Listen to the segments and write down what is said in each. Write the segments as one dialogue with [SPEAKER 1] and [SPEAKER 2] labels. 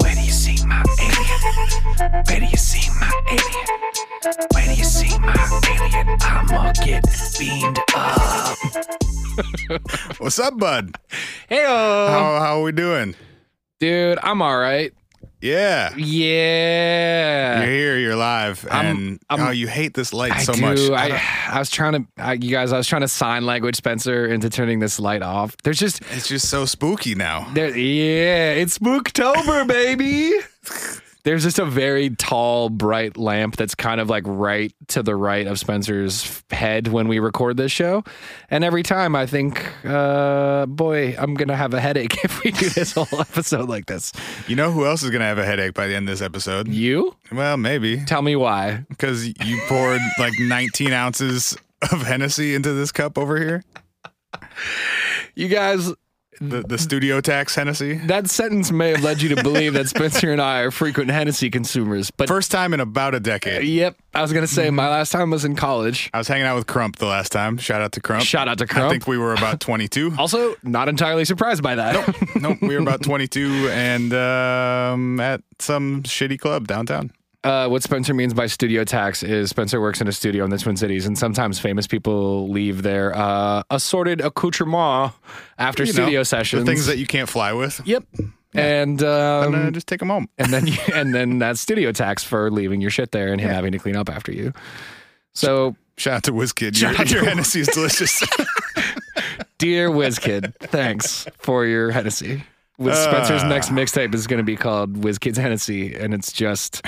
[SPEAKER 1] Where do you see my alien? Where do you see my alien? Where do you see my alien? I'ma get beamed up.
[SPEAKER 2] What's up, bud?
[SPEAKER 3] Heyo,
[SPEAKER 2] How how we doing?
[SPEAKER 3] Um, dude, I'm all right.
[SPEAKER 2] Yeah. You're
[SPEAKER 3] Yeah,
[SPEAKER 2] here, you're live.
[SPEAKER 3] I'm-
[SPEAKER 2] and
[SPEAKER 3] I'm-
[SPEAKER 2] oh, you hate this light
[SPEAKER 3] I
[SPEAKER 2] so
[SPEAKER 3] do.
[SPEAKER 2] much. I
[SPEAKER 3] I,
[SPEAKER 2] don't-
[SPEAKER 3] I was trying to, I, you guys, I was trying to sign language Spencer into turning this light off. There's just,
[SPEAKER 2] it's just so spooky now.
[SPEAKER 3] there, yeah, it's Spooktober, baby. There's just a very tall, bright lamp that's kind of like right to the right of Spencer's head when we record this show. And every time I think, uh, boy, I'm going to have a headache if we do this whole episode like this.
[SPEAKER 2] You know who else is gonna have a headache by the end of this episode?
[SPEAKER 3] You?
[SPEAKER 2] Well, maybe.
[SPEAKER 3] Tell me why.
[SPEAKER 2] Because you poured like 19 ounces of Hennessy into this cup over here.
[SPEAKER 3] You guys,
[SPEAKER 2] The the studio tax Hennessy.
[SPEAKER 3] That sentence may have led you to believe that Spencer and I are frequent Hennessy consumers, but
[SPEAKER 2] First time in about a decade.
[SPEAKER 3] yep, I was gonna say my last time was in college.
[SPEAKER 2] I was hanging out with Crump the last time. Shout out to Crump.
[SPEAKER 3] Shout out to
[SPEAKER 2] I
[SPEAKER 3] Crump.
[SPEAKER 2] think we were about 22.
[SPEAKER 3] also, not entirely surprised by that.
[SPEAKER 2] nope, we were about 22 and um, at some shitty club downtown.
[SPEAKER 3] Uh, what Spencer means by studio tax is Spencer works in a studio in the Twin Cities, and sometimes famous people leave their uh, assorted accoutrement after
[SPEAKER 2] You know,
[SPEAKER 3] studio
[SPEAKER 2] the
[SPEAKER 3] sessions.
[SPEAKER 2] things that you can't fly with.
[SPEAKER 3] yep, and um,
[SPEAKER 2] And uh, just take them home.
[SPEAKER 3] and then you, and then that's studio tax for leaving your shit there and him having to clean up after you. So
[SPEAKER 2] Shout out to WizKid. Your,
[SPEAKER 3] Shout out to-
[SPEAKER 2] your Hennessy is delicious.
[SPEAKER 3] Dear WizKid, thanks for your Hennessy. With
[SPEAKER 2] Ah.
[SPEAKER 3] Spencer's next mixtape is going to be called WizKid's Hennessy, and it's just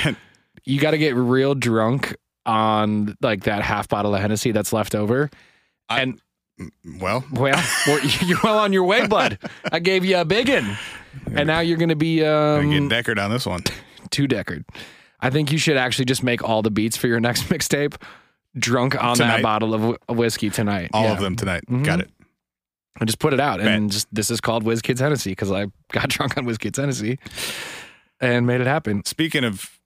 [SPEAKER 3] you got to get real drunk on like that half bottle of Hennessy that's left over.
[SPEAKER 2] I-
[SPEAKER 3] and
[SPEAKER 2] well,
[SPEAKER 3] well, well, you're well on your way, bud. I gave you a big one, and now you're going to be
[SPEAKER 2] I'm getting
[SPEAKER 3] um,
[SPEAKER 2] Deckard on this one.
[SPEAKER 3] two deckered. I think you should actually just make all the beats for your next mixtape drunk on
[SPEAKER 2] Tonight.
[SPEAKER 3] that bottle of whi- whiskey tonight.
[SPEAKER 2] All
[SPEAKER 3] Yeah.
[SPEAKER 2] of them tonight.
[SPEAKER 3] Mhm.
[SPEAKER 2] Got it.
[SPEAKER 3] I just put it out and just this is called Whiz Kids Hennessy because I got drunk on Whiz Kids Hennessy and made it happen.
[SPEAKER 2] Speaking of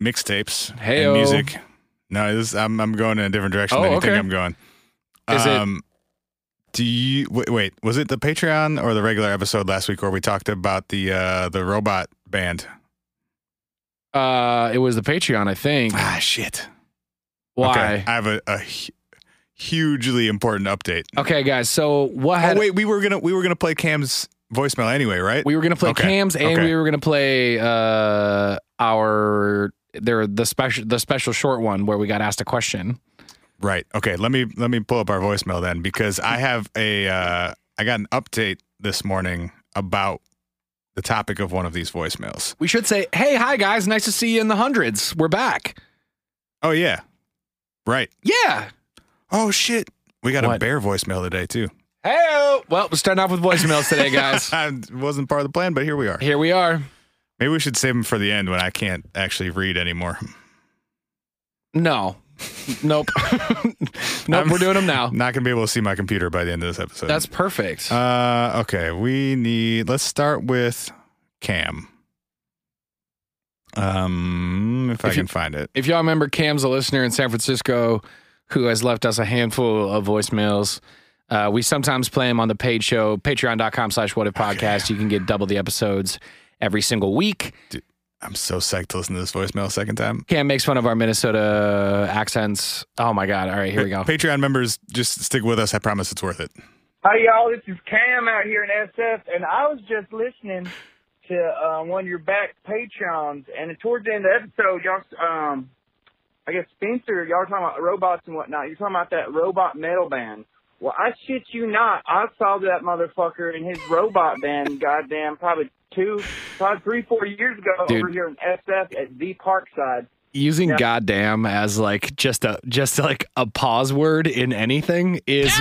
[SPEAKER 2] mixtapes and
[SPEAKER 3] Heyo.
[SPEAKER 2] music, no, this, I'm, I'm going in a different direction
[SPEAKER 3] Oh,
[SPEAKER 2] than you think
[SPEAKER 3] okay.
[SPEAKER 2] I'm going. Um,
[SPEAKER 3] Is it-
[SPEAKER 2] Do you wait, wait? Was it the Patreon or the regular episode last week where we talked about the uh, the robot band?
[SPEAKER 3] Uh, it was the Patreon, I think.
[SPEAKER 2] Ah, shit.
[SPEAKER 3] Why?
[SPEAKER 2] Okay, I have a, a hu- hugely important update.
[SPEAKER 3] Okay, guys. So what had
[SPEAKER 2] oh wait, we were gonna we were gonna play Cam's voicemail anyway, right?
[SPEAKER 3] we were gonna play
[SPEAKER 2] Okay,
[SPEAKER 3] cams and
[SPEAKER 2] okay.
[SPEAKER 3] we were gonna play uh our there the special the special short one where we got asked a question.
[SPEAKER 2] right. Okay. Let me let me pull up our voicemail then because I have a uh, I got an update this morning about the topic of one of these voicemails.
[SPEAKER 3] We should say, hey, hi guys, nice to see you in the hundreds. We're back.
[SPEAKER 2] Oh yeah, right.
[SPEAKER 3] Yeah.
[SPEAKER 2] Oh shit, we got a
[SPEAKER 3] What?
[SPEAKER 2] bear voicemail today too.
[SPEAKER 3] Hey. Well, we're starting off with voicemails today, guys.
[SPEAKER 2] I wasn't part of the plan, but here we are.
[SPEAKER 3] Here we are.
[SPEAKER 2] Maybe we should save them for the end when I can't actually read anymore.
[SPEAKER 3] No. Nope. nope.
[SPEAKER 2] I'm-
[SPEAKER 3] we're doing them now.
[SPEAKER 2] Not gonna be able to see my computer by the end of this episode.
[SPEAKER 3] Oh. That's perfect.
[SPEAKER 2] Uh, okay. We need. Let's start with Cam. Um, if, I
[SPEAKER 3] If
[SPEAKER 2] can
[SPEAKER 3] you-
[SPEAKER 2] find it.
[SPEAKER 3] if y'all remember, Cam's a listener in San Francisco who has left us a handful of voicemails. Uh, we sometimes play them on the paid show, patreon.com slash what if podcast. You can get double the episodes every single week.
[SPEAKER 2] I'm so psyched to listen to this voicemail a second time.
[SPEAKER 3] Cam makes fun of our Minnesota accents. Oh my God. All right, here we go.
[SPEAKER 2] Pa- Patreon members, just stick with us. I promise it's worth it.
[SPEAKER 4] Hi, y'all. This is Cam out here in SF, and I was just listening to uh, one of your back Patreons, and towards the end of the episode, y'all, um, I guess Spencer, y'all were talking about robots and whatnot. You're talking about that robot metal band. Well, I shit you not, I saw that motherfucker in his robot band, goddamn, probably two, probably three, four years ago
[SPEAKER 3] Dude.
[SPEAKER 4] over here in SF at the Parkside.
[SPEAKER 3] Using
[SPEAKER 4] Yeah.
[SPEAKER 3] goddamn as like just a, just like a pause word in anything is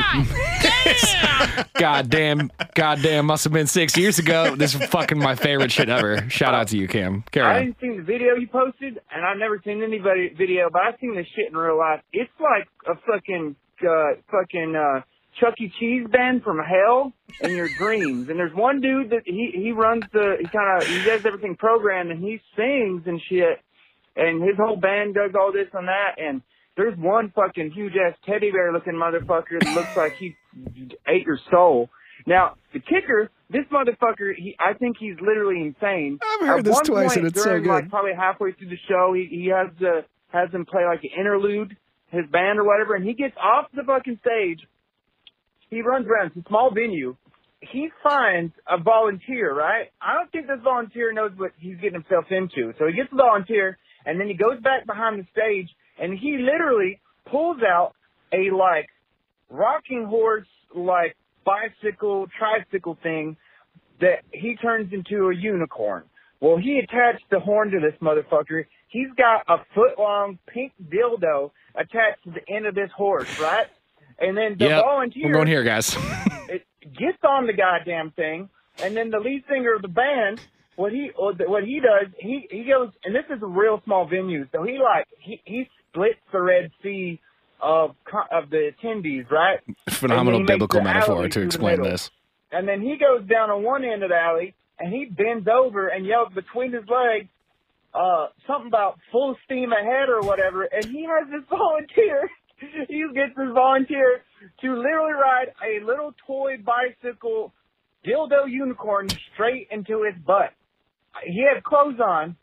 [SPEAKER 3] goddamn, goddamn must have been six years ago. This is fucking my favorite shit ever. Shout out to you, Cam. Carry
[SPEAKER 4] I
[SPEAKER 3] on.
[SPEAKER 4] didn't see the video you posted, and I've never seen any vid- video, but I've seen this shit in real life. It's like a fucking, uh, fucking, uh, Chuck E. Cheese band from hell in your dreams. And there's one dude that he, he runs the, he kind of, he does everything programmed and he sings and shit. And his whole band does all this and that. And There's one fucking huge ass teddy bear looking motherfucker that looks like he ate your soul. Now the kicker, this motherfucker, he, I think he's literally insane.
[SPEAKER 5] I've heard
[SPEAKER 4] At
[SPEAKER 5] this
[SPEAKER 4] one
[SPEAKER 5] twice
[SPEAKER 4] point
[SPEAKER 5] and it's so
[SPEAKER 4] during,
[SPEAKER 5] good.
[SPEAKER 4] Like probably halfway through the show, he, he has uh, has them play like an interlude, his band or whatever, and he gets off the fucking stage. He runs around. It's a small venue. He finds a volunteer, right? I don't think this volunteer knows what he's getting himself into. So he gets a volunteer, and then he goes back behind the stage, and he literally pulls out a like rocking horse like bicycle tricycle thing that he turns into a unicorn. Well, he attached the horn to this motherfucker. He's got a foot long pink dildo attached to the end of this horse, right? And then the
[SPEAKER 3] Yep.
[SPEAKER 4] volunteer
[SPEAKER 3] We're going here, guys.
[SPEAKER 4] it gets on the goddamn thing, and then the lead singer of the band, what he what he does, he he goes, and this is a real small venue, so he like he he splits the red sea of co- of the attendees, right?
[SPEAKER 3] Phenomenal
[SPEAKER 4] And he makes
[SPEAKER 3] biblical
[SPEAKER 4] the
[SPEAKER 3] metaphor
[SPEAKER 4] alley
[SPEAKER 3] to
[SPEAKER 4] through the
[SPEAKER 3] explain
[SPEAKER 4] middle.
[SPEAKER 3] this.
[SPEAKER 4] And then he goes down on one end of the alley, and he bends over and yells between his legs. Uh, something about full steam ahead or whatever, and he has this volunteer. he gets this volunteer to literally ride a little toy bicycle dildo unicorn straight into his butt. He had clothes on,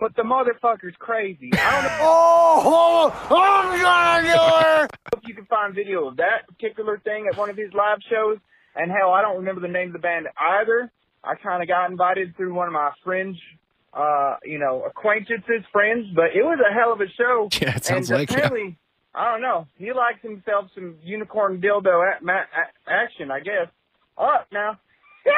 [SPEAKER 4] but the motherfucker's crazy. I don't know
[SPEAKER 5] Oh, I'm gonna go
[SPEAKER 4] if you can find video of that particular thing at one of his live shows. And hell, I don't remember the name of the band either. I kind of got invited through one of my fringe, uh, you know, acquaintances, friends, but it was a hell of a show.
[SPEAKER 3] Yeah, it sounds
[SPEAKER 4] and
[SPEAKER 3] like it.
[SPEAKER 4] apparently, I don't know. He likes himself some unicorn dildo a- ma- a- action, I guess. All right, now.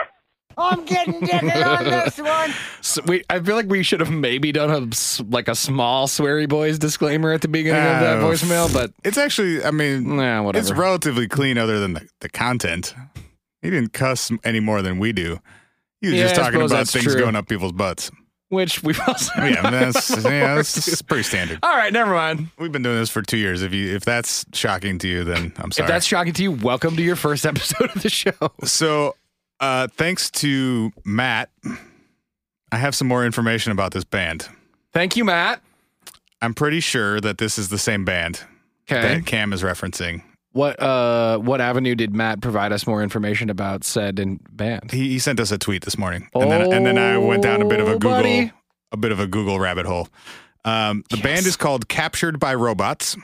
[SPEAKER 5] I'm getting digging on this one.
[SPEAKER 3] So we, I feel like we should have maybe done a s- like a small sweary boys disclaimer at the beginning of that
[SPEAKER 2] Oh,
[SPEAKER 3] voicemail, but
[SPEAKER 2] It's actually, I mean,
[SPEAKER 3] nah, whatever.
[SPEAKER 2] it's relatively clean other than the, the content. He didn't cuss any more than we do. He was
[SPEAKER 3] Yeah,
[SPEAKER 2] just
[SPEAKER 3] I
[SPEAKER 2] talking
[SPEAKER 3] suppose
[SPEAKER 2] about
[SPEAKER 3] that's
[SPEAKER 2] things
[SPEAKER 3] true.
[SPEAKER 2] going up people's butts.
[SPEAKER 3] Which we've also
[SPEAKER 2] Yeah, I mean, that's, yeah, that's pretty standard.
[SPEAKER 3] All right, never mind.
[SPEAKER 2] We've been doing this for two years. If you if that's shocking to you, then I'm sorry.
[SPEAKER 3] If that's shocking to you, welcome to your first episode of the show.
[SPEAKER 2] so, uh, thanks to Matt, I have some more information about this band.
[SPEAKER 3] Thank you, Matt.
[SPEAKER 2] I'm pretty sure that this is the same band
[SPEAKER 3] Okay.
[SPEAKER 2] that Cam is referencing.
[SPEAKER 3] What uh what avenue did Matt provide us more information about said in band?
[SPEAKER 2] He, he sent us a tweet this morning, and then and then I went down a bit of a
[SPEAKER 3] Oh,
[SPEAKER 2] Google
[SPEAKER 3] buddy.
[SPEAKER 2] a bit of a Google rabbit hole. Um, the band is called Captured by Robots.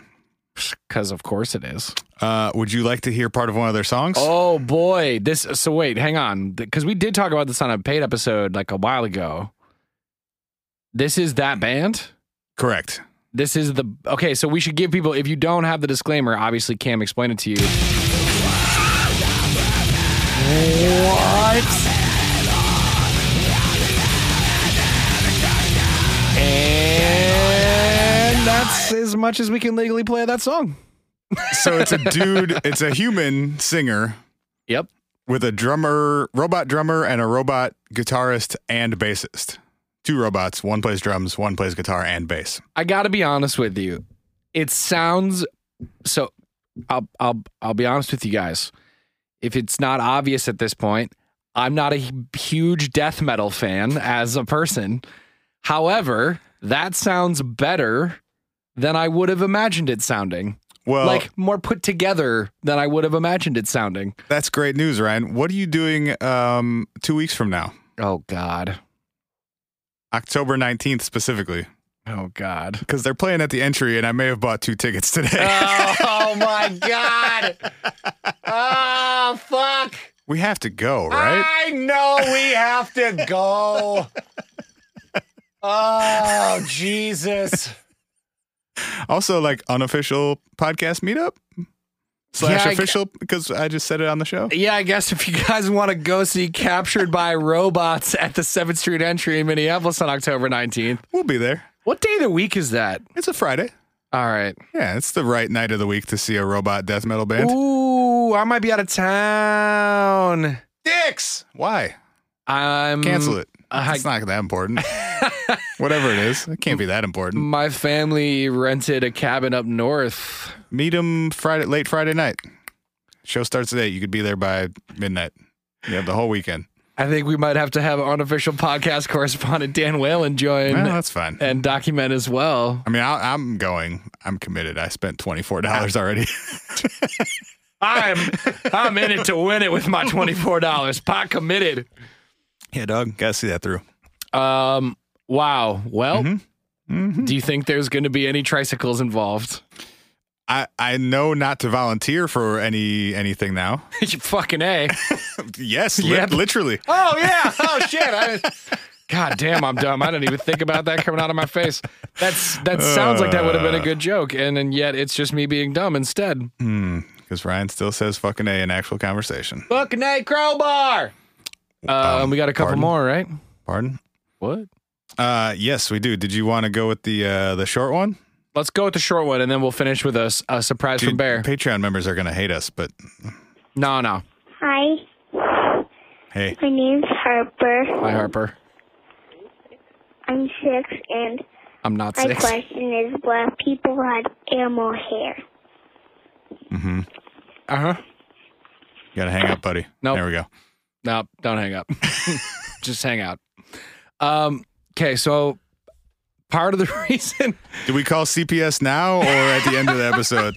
[SPEAKER 3] Cuz of course it is.
[SPEAKER 2] Uh, would you like to hear part of one of their songs?
[SPEAKER 3] Oh boy, this so wait, hang on cuz we did talk about this on a paid episode like a while ago. This is that band?
[SPEAKER 2] Correct.
[SPEAKER 3] This is the Okay, so we should give people if you don't have the disclaimer, obviously Cam explained it to you.
[SPEAKER 5] What?
[SPEAKER 3] And that's as much as we can legally play that song.
[SPEAKER 2] So it's a dude. it's a human singer
[SPEAKER 3] Yep.
[SPEAKER 2] with a drummer, robot drummer, and a robot guitarist and bassist. Two robots. One plays drums. One plays guitar and bass.
[SPEAKER 3] I got to be honest with you. It sounds so I'll I'll I'll be honest with you guys. If it's not obvious at this point, I'm not a hu- huge death metal fan as a person. However, that sounds better than I would have imagined it sounding.
[SPEAKER 2] Well,
[SPEAKER 3] like more put together than I would have imagined it sounding.
[SPEAKER 2] that's great news, Ryan. What are you doing um, two weeks from now?
[SPEAKER 3] Oh god.
[SPEAKER 2] October 19th specifically,
[SPEAKER 3] Oh god.
[SPEAKER 2] because they're playing at the entry, and I may have bought two tickets today.
[SPEAKER 3] oh my god. Oh fuck.
[SPEAKER 2] we have to go, right?
[SPEAKER 3] I know we have to go. Oh Jesus.
[SPEAKER 2] also, like unofficial podcast meetup slash
[SPEAKER 3] Yeah, I-
[SPEAKER 2] official, because I just said it on the show.
[SPEAKER 3] Yeah, I guess if you guys want to go see Captured by Robots at the 7th Street entry in Minneapolis on October 19th.
[SPEAKER 2] We'll be there.
[SPEAKER 3] What day of the week is that?
[SPEAKER 2] It's a Friday.
[SPEAKER 3] All right.
[SPEAKER 2] Yeah, it's the right night of the week to see a robot death metal band.
[SPEAKER 3] Ooh, I might be out of town.
[SPEAKER 2] Dicks. Why?
[SPEAKER 3] I'm
[SPEAKER 2] Cancel it.
[SPEAKER 3] I-
[SPEAKER 2] it's not that important. Whatever it is, it can't be that important.
[SPEAKER 3] My family rented a cabin up north
[SPEAKER 2] Meet them Friday, late Friday night. Show starts at eight. You could be there by midnight. You have the whole weekend.
[SPEAKER 3] I think we might have to have unofficial podcast correspondent Dan Whalen join
[SPEAKER 2] Well, that's fine.
[SPEAKER 3] and document as well.
[SPEAKER 2] I mean, I, I'm going. I'm committed. I spent twenty four dollars already.
[SPEAKER 3] I'm I'm in it to win it with my twenty four dollars. Pot committed.
[SPEAKER 2] yeah, Doug, gotta see that through.
[SPEAKER 3] Um. Wow. Well, do you think there's going to be any tricycles involved?
[SPEAKER 2] I I know not to volunteer for any anything now.
[SPEAKER 3] you fucking a.
[SPEAKER 2] yes, li-
[SPEAKER 3] Yep.
[SPEAKER 2] literally.
[SPEAKER 3] Oh yeah. Oh shit. I, God damn, I'm dumb. I didn't even think about that coming out of my face. That's that sounds like that would have been a good joke, and and yet it's just me being dumb instead.
[SPEAKER 2] Because Ryan still says fucking a in actual conversation.
[SPEAKER 3] Fucking a crowbar. Uh,
[SPEAKER 2] Um,
[SPEAKER 3] we got a couple
[SPEAKER 2] pardon?
[SPEAKER 3] more, right?
[SPEAKER 2] Pardon.
[SPEAKER 3] What?
[SPEAKER 2] Uh, yes, we do. Did you want to go with the uh, the short one?
[SPEAKER 3] Let's go with the short one, and then we'll finish with a, s- a surprise from
[SPEAKER 2] Dude,
[SPEAKER 3] Bear.
[SPEAKER 2] Patreon members are gonna hate us, but
[SPEAKER 3] No, no.
[SPEAKER 6] Hi,
[SPEAKER 2] hey,
[SPEAKER 6] my name's Harper.
[SPEAKER 3] Hi, Harper.
[SPEAKER 6] I'm six, and
[SPEAKER 3] I'm not
[SPEAKER 6] my
[SPEAKER 3] six.
[SPEAKER 6] question is: Black people had animal hair.
[SPEAKER 3] Uh huh.
[SPEAKER 2] you gotta hang up, buddy.
[SPEAKER 3] Nope.
[SPEAKER 2] There we go.
[SPEAKER 3] No, don't hang up. Just hang out. Um. Okay, so part of the reason
[SPEAKER 2] Do we call CPS now or at the end of the episode?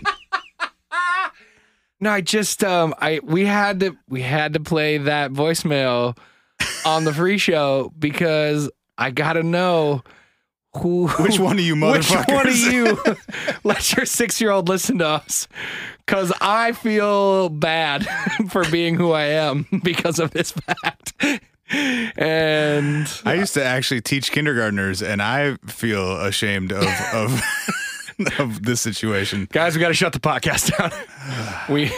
[SPEAKER 3] No, I just um I we had to we had to play that voicemail on the free show because I gotta know who
[SPEAKER 2] Which one of you
[SPEAKER 3] which
[SPEAKER 2] motherfuckers?
[SPEAKER 3] one of you let your six year old listen to us? Cause I feel bad for being who I am because of this fact. And
[SPEAKER 2] I used to actually teach kindergartners, and I feel ashamed of of, of this situation.
[SPEAKER 3] guys, we gotta shut the podcast down. we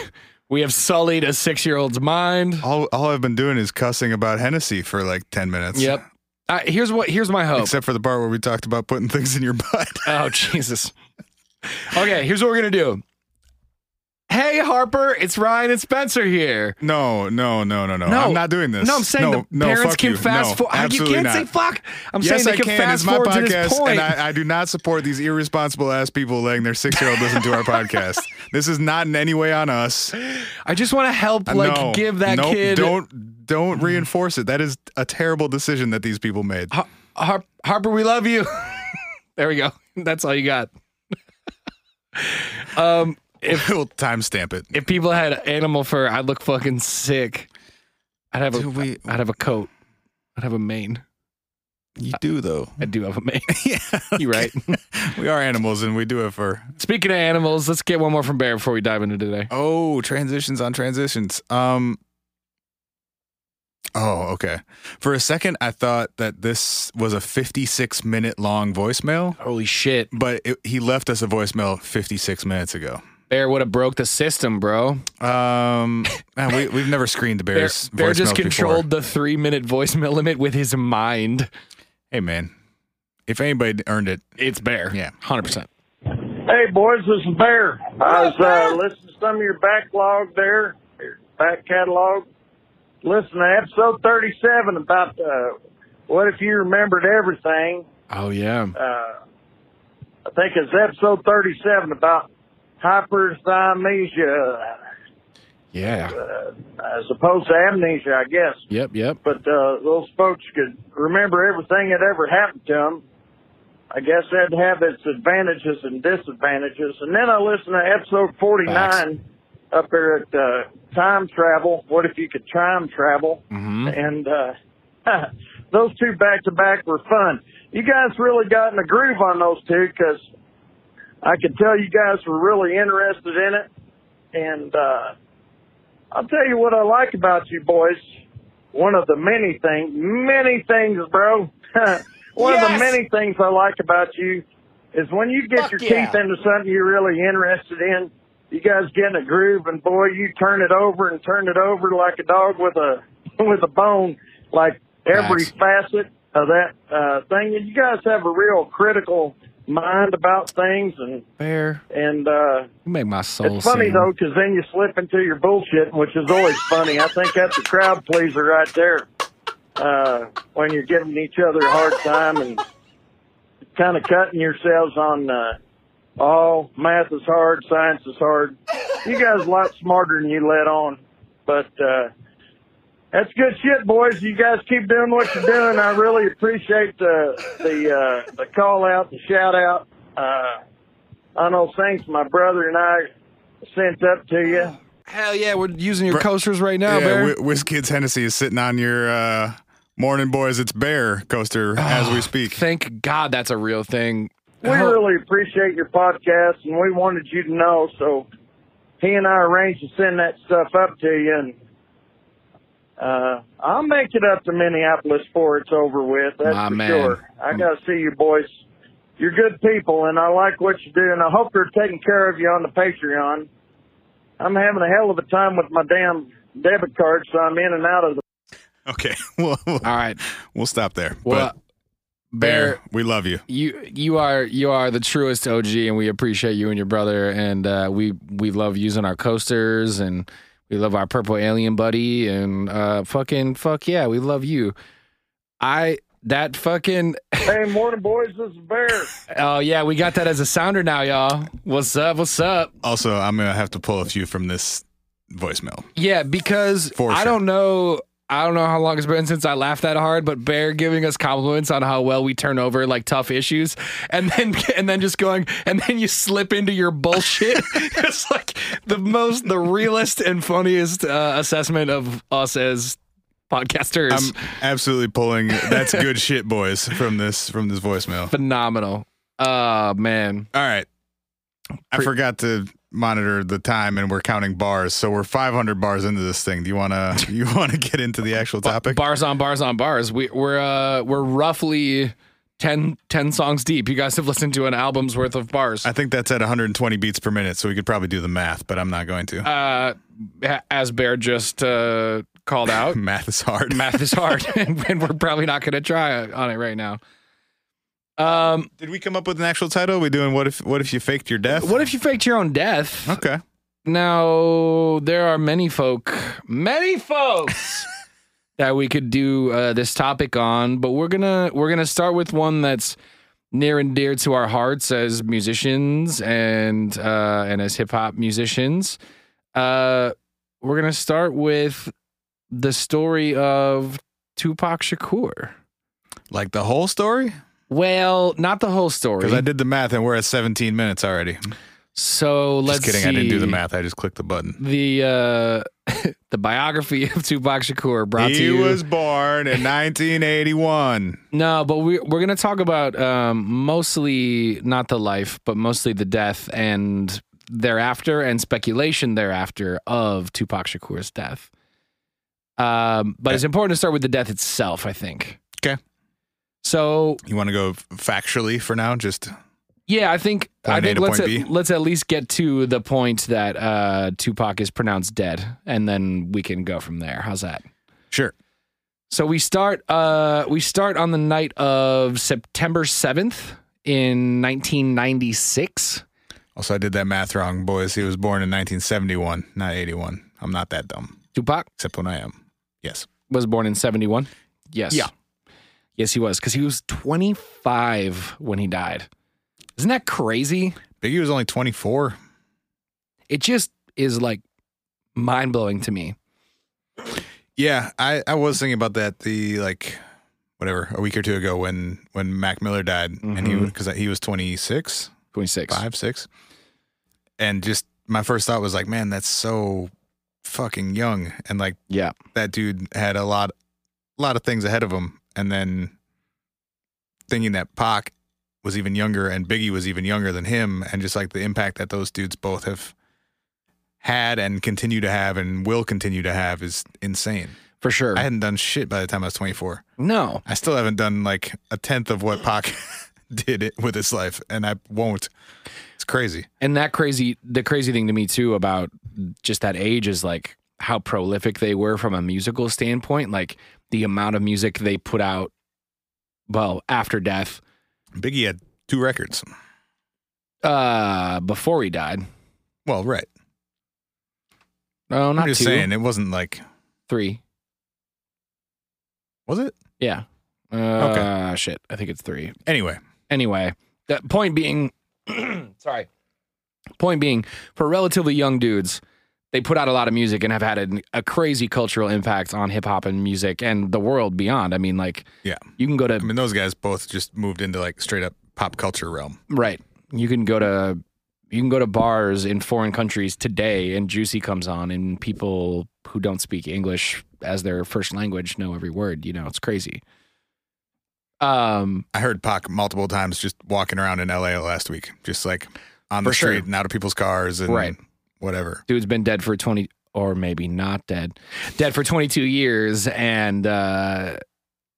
[SPEAKER 3] we have sullied a six year old's mind.
[SPEAKER 2] All all I've been doing is cussing about Hennessy for like ten minutes.
[SPEAKER 3] Yep. Uh, here's what here's my hope.
[SPEAKER 2] Except for the part where we talked about putting things in your butt.
[SPEAKER 3] Oh, Jesus. Okay, here's what we're going to do. Hey, Harper, it's Ryan and Spencer here.
[SPEAKER 2] No, no, no, no, no. I'm not doing this.
[SPEAKER 3] No, I'm saying the parents
[SPEAKER 2] fuck
[SPEAKER 3] can
[SPEAKER 2] you.
[SPEAKER 3] fast
[SPEAKER 2] No,
[SPEAKER 3] forward. You
[SPEAKER 2] absolutely
[SPEAKER 3] can't
[SPEAKER 2] not.
[SPEAKER 3] say fuck. I'm
[SPEAKER 2] yes,
[SPEAKER 3] saying they
[SPEAKER 2] I
[SPEAKER 3] can,
[SPEAKER 2] can.
[SPEAKER 3] fast
[SPEAKER 2] it's my
[SPEAKER 3] forward to this
[SPEAKER 2] podcast,
[SPEAKER 3] point.
[SPEAKER 2] and I, I do not support these irresponsible ass people letting their six year old listen to our podcast. This is not in any way on us.
[SPEAKER 3] I just want to help, like,
[SPEAKER 2] no,
[SPEAKER 3] give that
[SPEAKER 2] no,
[SPEAKER 3] kid.
[SPEAKER 2] Don't don't reinforce it. That is a terrible decision that these people made.
[SPEAKER 3] Har- Har- Harper, we love you. there we go. That's all you got. um, if
[SPEAKER 2] we'll timestamp it.
[SPEAKER 3] if people had animal fur, I'd look fucking sick. I'd have a
[SPEAKER 2] Do we-
[SPEAKER 3] would have a coat. I'd have a mane.
[SPEAKER 2] You do though.
[SPEAKER 3] I do have a mane.
[SPEAKER 2] yeah,
[SPEAKER 3] you right.
[SPEAKER 2] we are animals, and we do it for
[SPEAKER 3] Speaking of animals, let's get one more from Bear before we dive into today.
[SPEAKER 2] Oh, transitions on transitions. Um Oh, okay. For a second I thought that this was a 56 minute long voicemail,
[SPEAKER 3] Holy shit.
[SPEAKER 2] but it, he left us a voicemail 56 minutes ago.
[SPEAKER 3] Bear would have broke the system, bro.
[SPEAKER 2] Um man, we we've never screened the
[SPEAKER 3] Bear,
[SPEAKER 2] Bears.
[SPEAKER 3] Bear just
[SPEAKER 2] voicemails before.
[SPEAKER 3] controlled the three minute voicemail limit with his mind.
[SPEAKER 2] Hey man. If anybody earned it,
[SPEAKER 3] It's Bear.
[SPEAKER 2] Yeah.
[SPEAKER 3] 100%.
[SPEAKER 4] Hey boys, this is Bear. I was uh, listening to some of your backlog there, your back catalog. Listen to episode 37 about uh, what if you remembered everything.
[SPEAKER 3] Oh, yeah.
[SPEAKER 4] Uh, I think it's episode 37 about hyperthymesia uh,
[SPEAKER 3] Yeah.
[SPEAKER 4] as opposed to amnesia, I guess.
[SPEAKER 3] Yep, yep.
[SPEAKER 4] But uh, those folks could remember everything that ever happened to them. I guess that'd have its advantages and disadvantages. And then I listened to episode 49 up there at uh, Time Travel. What if you could time travel?
[SPEAKER 3] hmm
[SPEAKER 4] And uh, those two back to back were fun. You guys really got in a groove on those two because I could tell you guys were really interested in it. And uh, I'll tell you what I like about you boys. One of the many things, many things, bro. One of the
[SPEAKER 3] Yes!
[SPEAKER 4] many things I like about you is when you get
[SPEAKER 3] Fuck
[SPEAKER 4] your
[SPEAKER 3] yeah.
[SPEAKER 4] teeth into something you're really interested in, you guys get in a groove and boy, you turn it over and turn it over like a dog with a with a bone, like every
[SPEAKER 3] Facts.
[SPEAKER 4] facet of that uh, thing. And you guys have a real critical mind about things, and
[SPEAKER 3] Bear,
[SPEAKER 4] and uh,
[SPEAKER 3] you make my soul
[SPEAKER 4] it's funny
[SPEAKER 3] sing.
[SPEAKER 4] though, 'cause then you slip into your bullshit, which is always funny. I think that's a crowd pleaser right there. Uh, when you're giving each other a hard time and kind of cutting yourselves on, uh, oh, math is hard, science is hard. You guys are a lot smarter than you let on, but, uh, That's good shit, boys. You guys keep doing what you're doing. I really appreciate the the uh, the call out, the shout out. Uh, on those things my brother and I sent up to you.
[SPEAKER 3] Hell yeah, we're using your
[SPEAKER 2] Bru-
[SPEAKER 3] coasters right now, Oh, Bear.
[SPEAKER 2] Whi- WizKids Hennessy is sitting on your uh, morning, boys. It's Bear coaster as we speak.
[SPEAKER 3] Ah, Thank God that's a real thing.
[SPEAKER 4] We
[SPEAKER 3] How-
[SPEAKER 4] really appreciate your podcast, and we wanted you to know. So he and I arranged to send that stuff up to you, and uh, I'll make it up to Minneapolis before it's over with. That's
[SPEAKER 3] My
[SPEAKER 4] for
[SPEAKER 3] man.
[SPEAKER 4] sure. I got to see you boys. You're good people, and I like what you do, and I hope they're taking care of you on the Patreon. I'm having a hell of a time with my damn debit card, so I'm in and out of the
[SPEAKER 2] Okay, we'll, we'll,
[SPEAKER 3] All right.
[SPEAKER 2] we'll stop there.
[SPEAKER 3] Ah. Well,
[SPEAKER 2] but
[SPEAKER 3] Bear,
[SPEAKER 2] Bear, we love you.
[SPEAKER 3] you you are you are the truest OG, and we appreciate you and your brother, and uh, we we love using our coasters, and we love our purple alien buddy, and uh, fucking fuck yeah, we love you. I that fucking
[SPEAKER 4] Hey, morning, boys. This is Bear.
[SPEAKER 3] oh yeah, we got that as a sounder now, y'all. What's up? What's up?
[SPEAKER 2] Also, I'm gonna have to pull a few from this voicemail.
[SPEAKER 3] Yeah, because
[SPEAKER 2] For
[SPEAKER 3] I
[SPEAKER 2] sure.
[SPEAKER 3] don't know. I don't know how long it's been since I laughed that hard, but Bear giving us compliments on how well we turn over like tough issues, and then and then just going, and then you slip into your bullshit. it's like the most, the realest and funniest uh, assessment of us as podcasters.
[SPEAKER 2] I'm absolutely pulling. That's good shit, boys. From this from this voicemail.
[SPEAKER 3] Phenomenal. Oh man,
[SPEAKER 2] All right. I
[SPEAKER 3] Pre-
[SPEAKER 2] forgot to monitor the time, and we're counting bars, so we're 500 bars into this thing. Do you wanna you wanna get into the actual topic?
[SPEAKER 3] bars on bars on bars. We, we're uh, we're roughly 10, 10 songs deep. You guys have listened to an album's worth of bars.
[SPEAKER 2] I think that's at 120 beats per minute, so we could probably do the math, but I'm not going to.
[SPEAKER 3] uh, a- as Bear just uh, called out,
[SPEAKER 2] math is hard.
[SPEAKER 3] math is hard, and, and we're probably not going to try on it right now. Um,
[SPEAKER 2] Did we come up with an actual title? we doing what if what if you faked your death?
[SPEAKER 3] what if you faked your own death?
[SPEAKER 2] Okay.
[SPEAKER 3] Now there are many folk, many folks that we could do uh, this topic on, but we're gonna we're gonna start with one that's near and dear to our hearts as musicians and uh, and as hip hop musicians. Uh, we're gonna start with the story of Tupac Shakur.
[SPEAKER 2] Like the whole story?
[SPEAKER 3] Well, not the whole story.
[SPEAKER 2] Because I did the math and we're at 17 minutes already.
[SPEAKER 3] so let's
[SPEAKER 2] Just kidding.
[SPEAKER 3] See.
[SPEAKER 2] I didn't do the math. I just clicked the button.
[SPEAKER 3] The uh, the biography of Tupac Shakur brought to
[SPEAKER 2] He
[SPEAKER 3] you.
[SPEAKER 2] was born in 1981.
[SPEAKER 3] No, but we we're gonna talk about um, mostly not the life, but mostly the death and thereafter and speculation thereafter of Tupac Shakur's death. Um, but it's important to start with the death itself, I think.
[SPEAKER 2] Okay.
[SPEAKER 3] So
[SPEAKER 2] You want to go factually for now? Just
[SPEAKER 3] yeah, I think I
[SPEAKER 2] Point A
[SPEAKER 3] think
[SPEAKER 2] to
[SPEAKER 3] let's
[SPEAKER 2] point
[SPEAKER 3] at,
[SPEAKER 2] B.
[SPEAKER 3] let's at least get to the point that uh, Tupac is pronounced dead, and then we can go from there. How's that?
[SPEAKER 2] sure.
[SPEAKER 3] So we start uh we start on the night of September 7th in 1996.
[SPEAKER 2] Also, I did that math wrong, boys. He was born in 1971, not 81. I'm not that dumb,
[SPEAKER 3] Tupac
[SPEAKER 2] except when I am. Yes.
[SPEAKER 3] was born in 71. Yes.
[SPEAKER 2] Yeah.
[SPEAKER 3] Yes, he was cuz he was 25 when he died. Isn't that crazy?
[SPEAKER 2] Biggie was only 24.
[SPEAKER 3] It just is like mind-blowing to me.
[SPEAKER 2] Yeah, I, I was thinking about that the like whatever a week or two ago when when Mac Miller died and he because he was 26,
[SPEAKER 3] 26.
[SPEAKER 2] five, six, and just my first thought was like, man, that's so fucking young, and like
[SPEAKER 3] Yeah.
[SPEAKER 2] that dude had a lot a lot of things ahead of him, and then thinking that Pac was even younger and Biggie was even younger than him, and just like the impact that those dudes both have had and continue to have and will continue to have is insane.
[SPEAKER 3] For sure.
[SPEAKER 2] I hadn't done shit by the time I was 24.
[SPEAKER 3] no.
[SPEAKER 2] I still haven't done like a tenth of what Pac did it with his life, and I won't. It's crazy.
[SPEAKER 3] And that crazy, the crazy thing to me too about just that age is like how prolific they were from a musical standpoint, like the amount of music they put out. Well, after death,
[SPEAKER 2] Biggie had two records.
[SPEAKER 3] uh, before he died.
[SPEAKER 2] Well, right.
[SPEAKER 3] Oh, not
[SPEAKER 2] I'm just
[SPEAKER 3] two,
[SPEAKER 2] saying it wasn't like
[SPEAKER 3] three.
[SPEAKER 2] was it?
[SPEAKER 3] Yeah. Uh, okay. Shit, I think it's three.
[SPEAKER 2] Anyway,
[SPEAKER 3] anyway, that point being, sorry, point being, for relatively young dudes, they put out a lot of music and have had an, a crazy cultural impact on hip hop and music and the world beyond. I mean, like,
[SPEAKER 2] Yeah.
[SPEAKER 3] you can go to
[SPEAKER 2] I mean, those guys both just moved into like straight up pop culture realm.
[SPEAKER 3] Right. You can go to you can go to bars in foreign countries today and Juicy comes on and people who don't speak English as their first language know every word, you know, it's crazy. Um
[SPEAKER 2] I heard Pac multiple times just walking around in LA last week, just like on the
[SPEAKER 3] For sure.
[SPEAKER 2] street and out of people's cars and
[SPEAKER 3] Right.
[SPEAKER 2] whatever.
[SPEAKER 3] dude's been dead for 20 or maybe not dead. Dead for 22 years and uh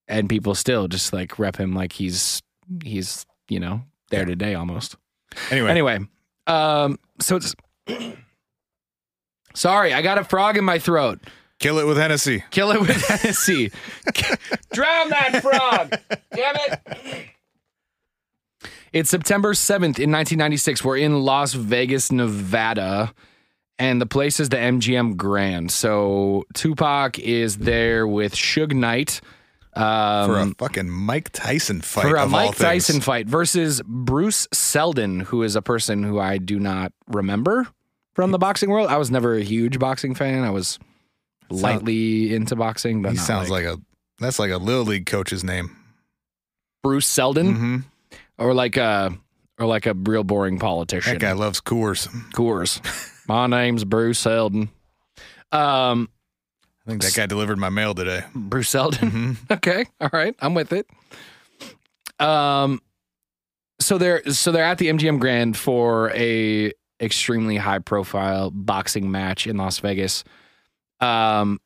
[SPEAKER 3] and people still just like rep him like he's he's, you know, there today almost.
[SPEAKER 2] Anyway,
[SPEAKER 3] Anyway, um so it's Sorry, I got a frog in my throat.
[SPEAKER 2] kill it with Hennessy.
[SPEAKER 3] Kill it with Hennessy. Drown that frog. Damn it. It's September 7th in 1996. We're in Las Vegas, Nevada, and the place is the MGM Grand. So Tupac is there with Suge Knight. Um,
[SPEAKER 2] for a fucking Mike Tyson fight.
[SPEAKER 3] for a
[SPEAKER 2] of all
[SPEAKER 3] Mike
[SPEAKER 2] things.
[SPEAKER 3] Tyson fight versus Bruce Seldon, who is a person who I do not remember from the boxing world. I was never a huge boxing fan. I was lightly into boxing, but
[SPEAKER 2] He
[SPEAKER 3] not
[SPEAKER 2] sounds like, a that's like a little league coach's name.
[SPEAKER 3] Bruce Seldon
[SPEAKER 2] Mm-hmm.
[SPEAKER 3] or like a or like a real boring politician.
[SPEAKER 2] That guy loves Coors.
[SPEAKER 3] Coors. My name's Bruce Seldon. Um,
[SPEAKER 2] I think that guy delivered my mail today. Mm-hmm.
[SPEAKER 3] Bruce Seldon. okay, all right, I'm with it. Um, so they're so they're at the MGM Grand for a extremely high profile boxing match in Las Vegas. Um,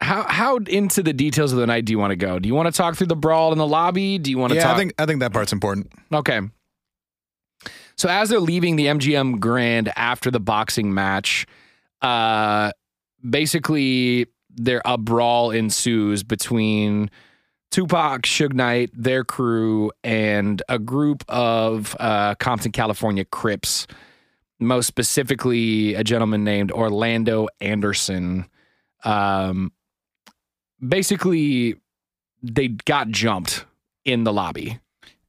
[SPEAKER 3] how how into the details of the night do you want to go? Do you want to talk through the brawl in the lobby? Do you want to
[SPEAKER 2] Yeah,
[SPEAKER 3] talk?
[SPEAKER 2] I think I think that part's important.
[SPEAKER 3] Okay. So as they're leaving the MGM Grand after the boxing match, uh, basically there a brawl ensues between Tupac, Suge Knight, their crew, and a group of uh, Compton, California Crips. Most specifically, a gentleman named Orlando Anderson. Um, basically, they got jumped in the lobby.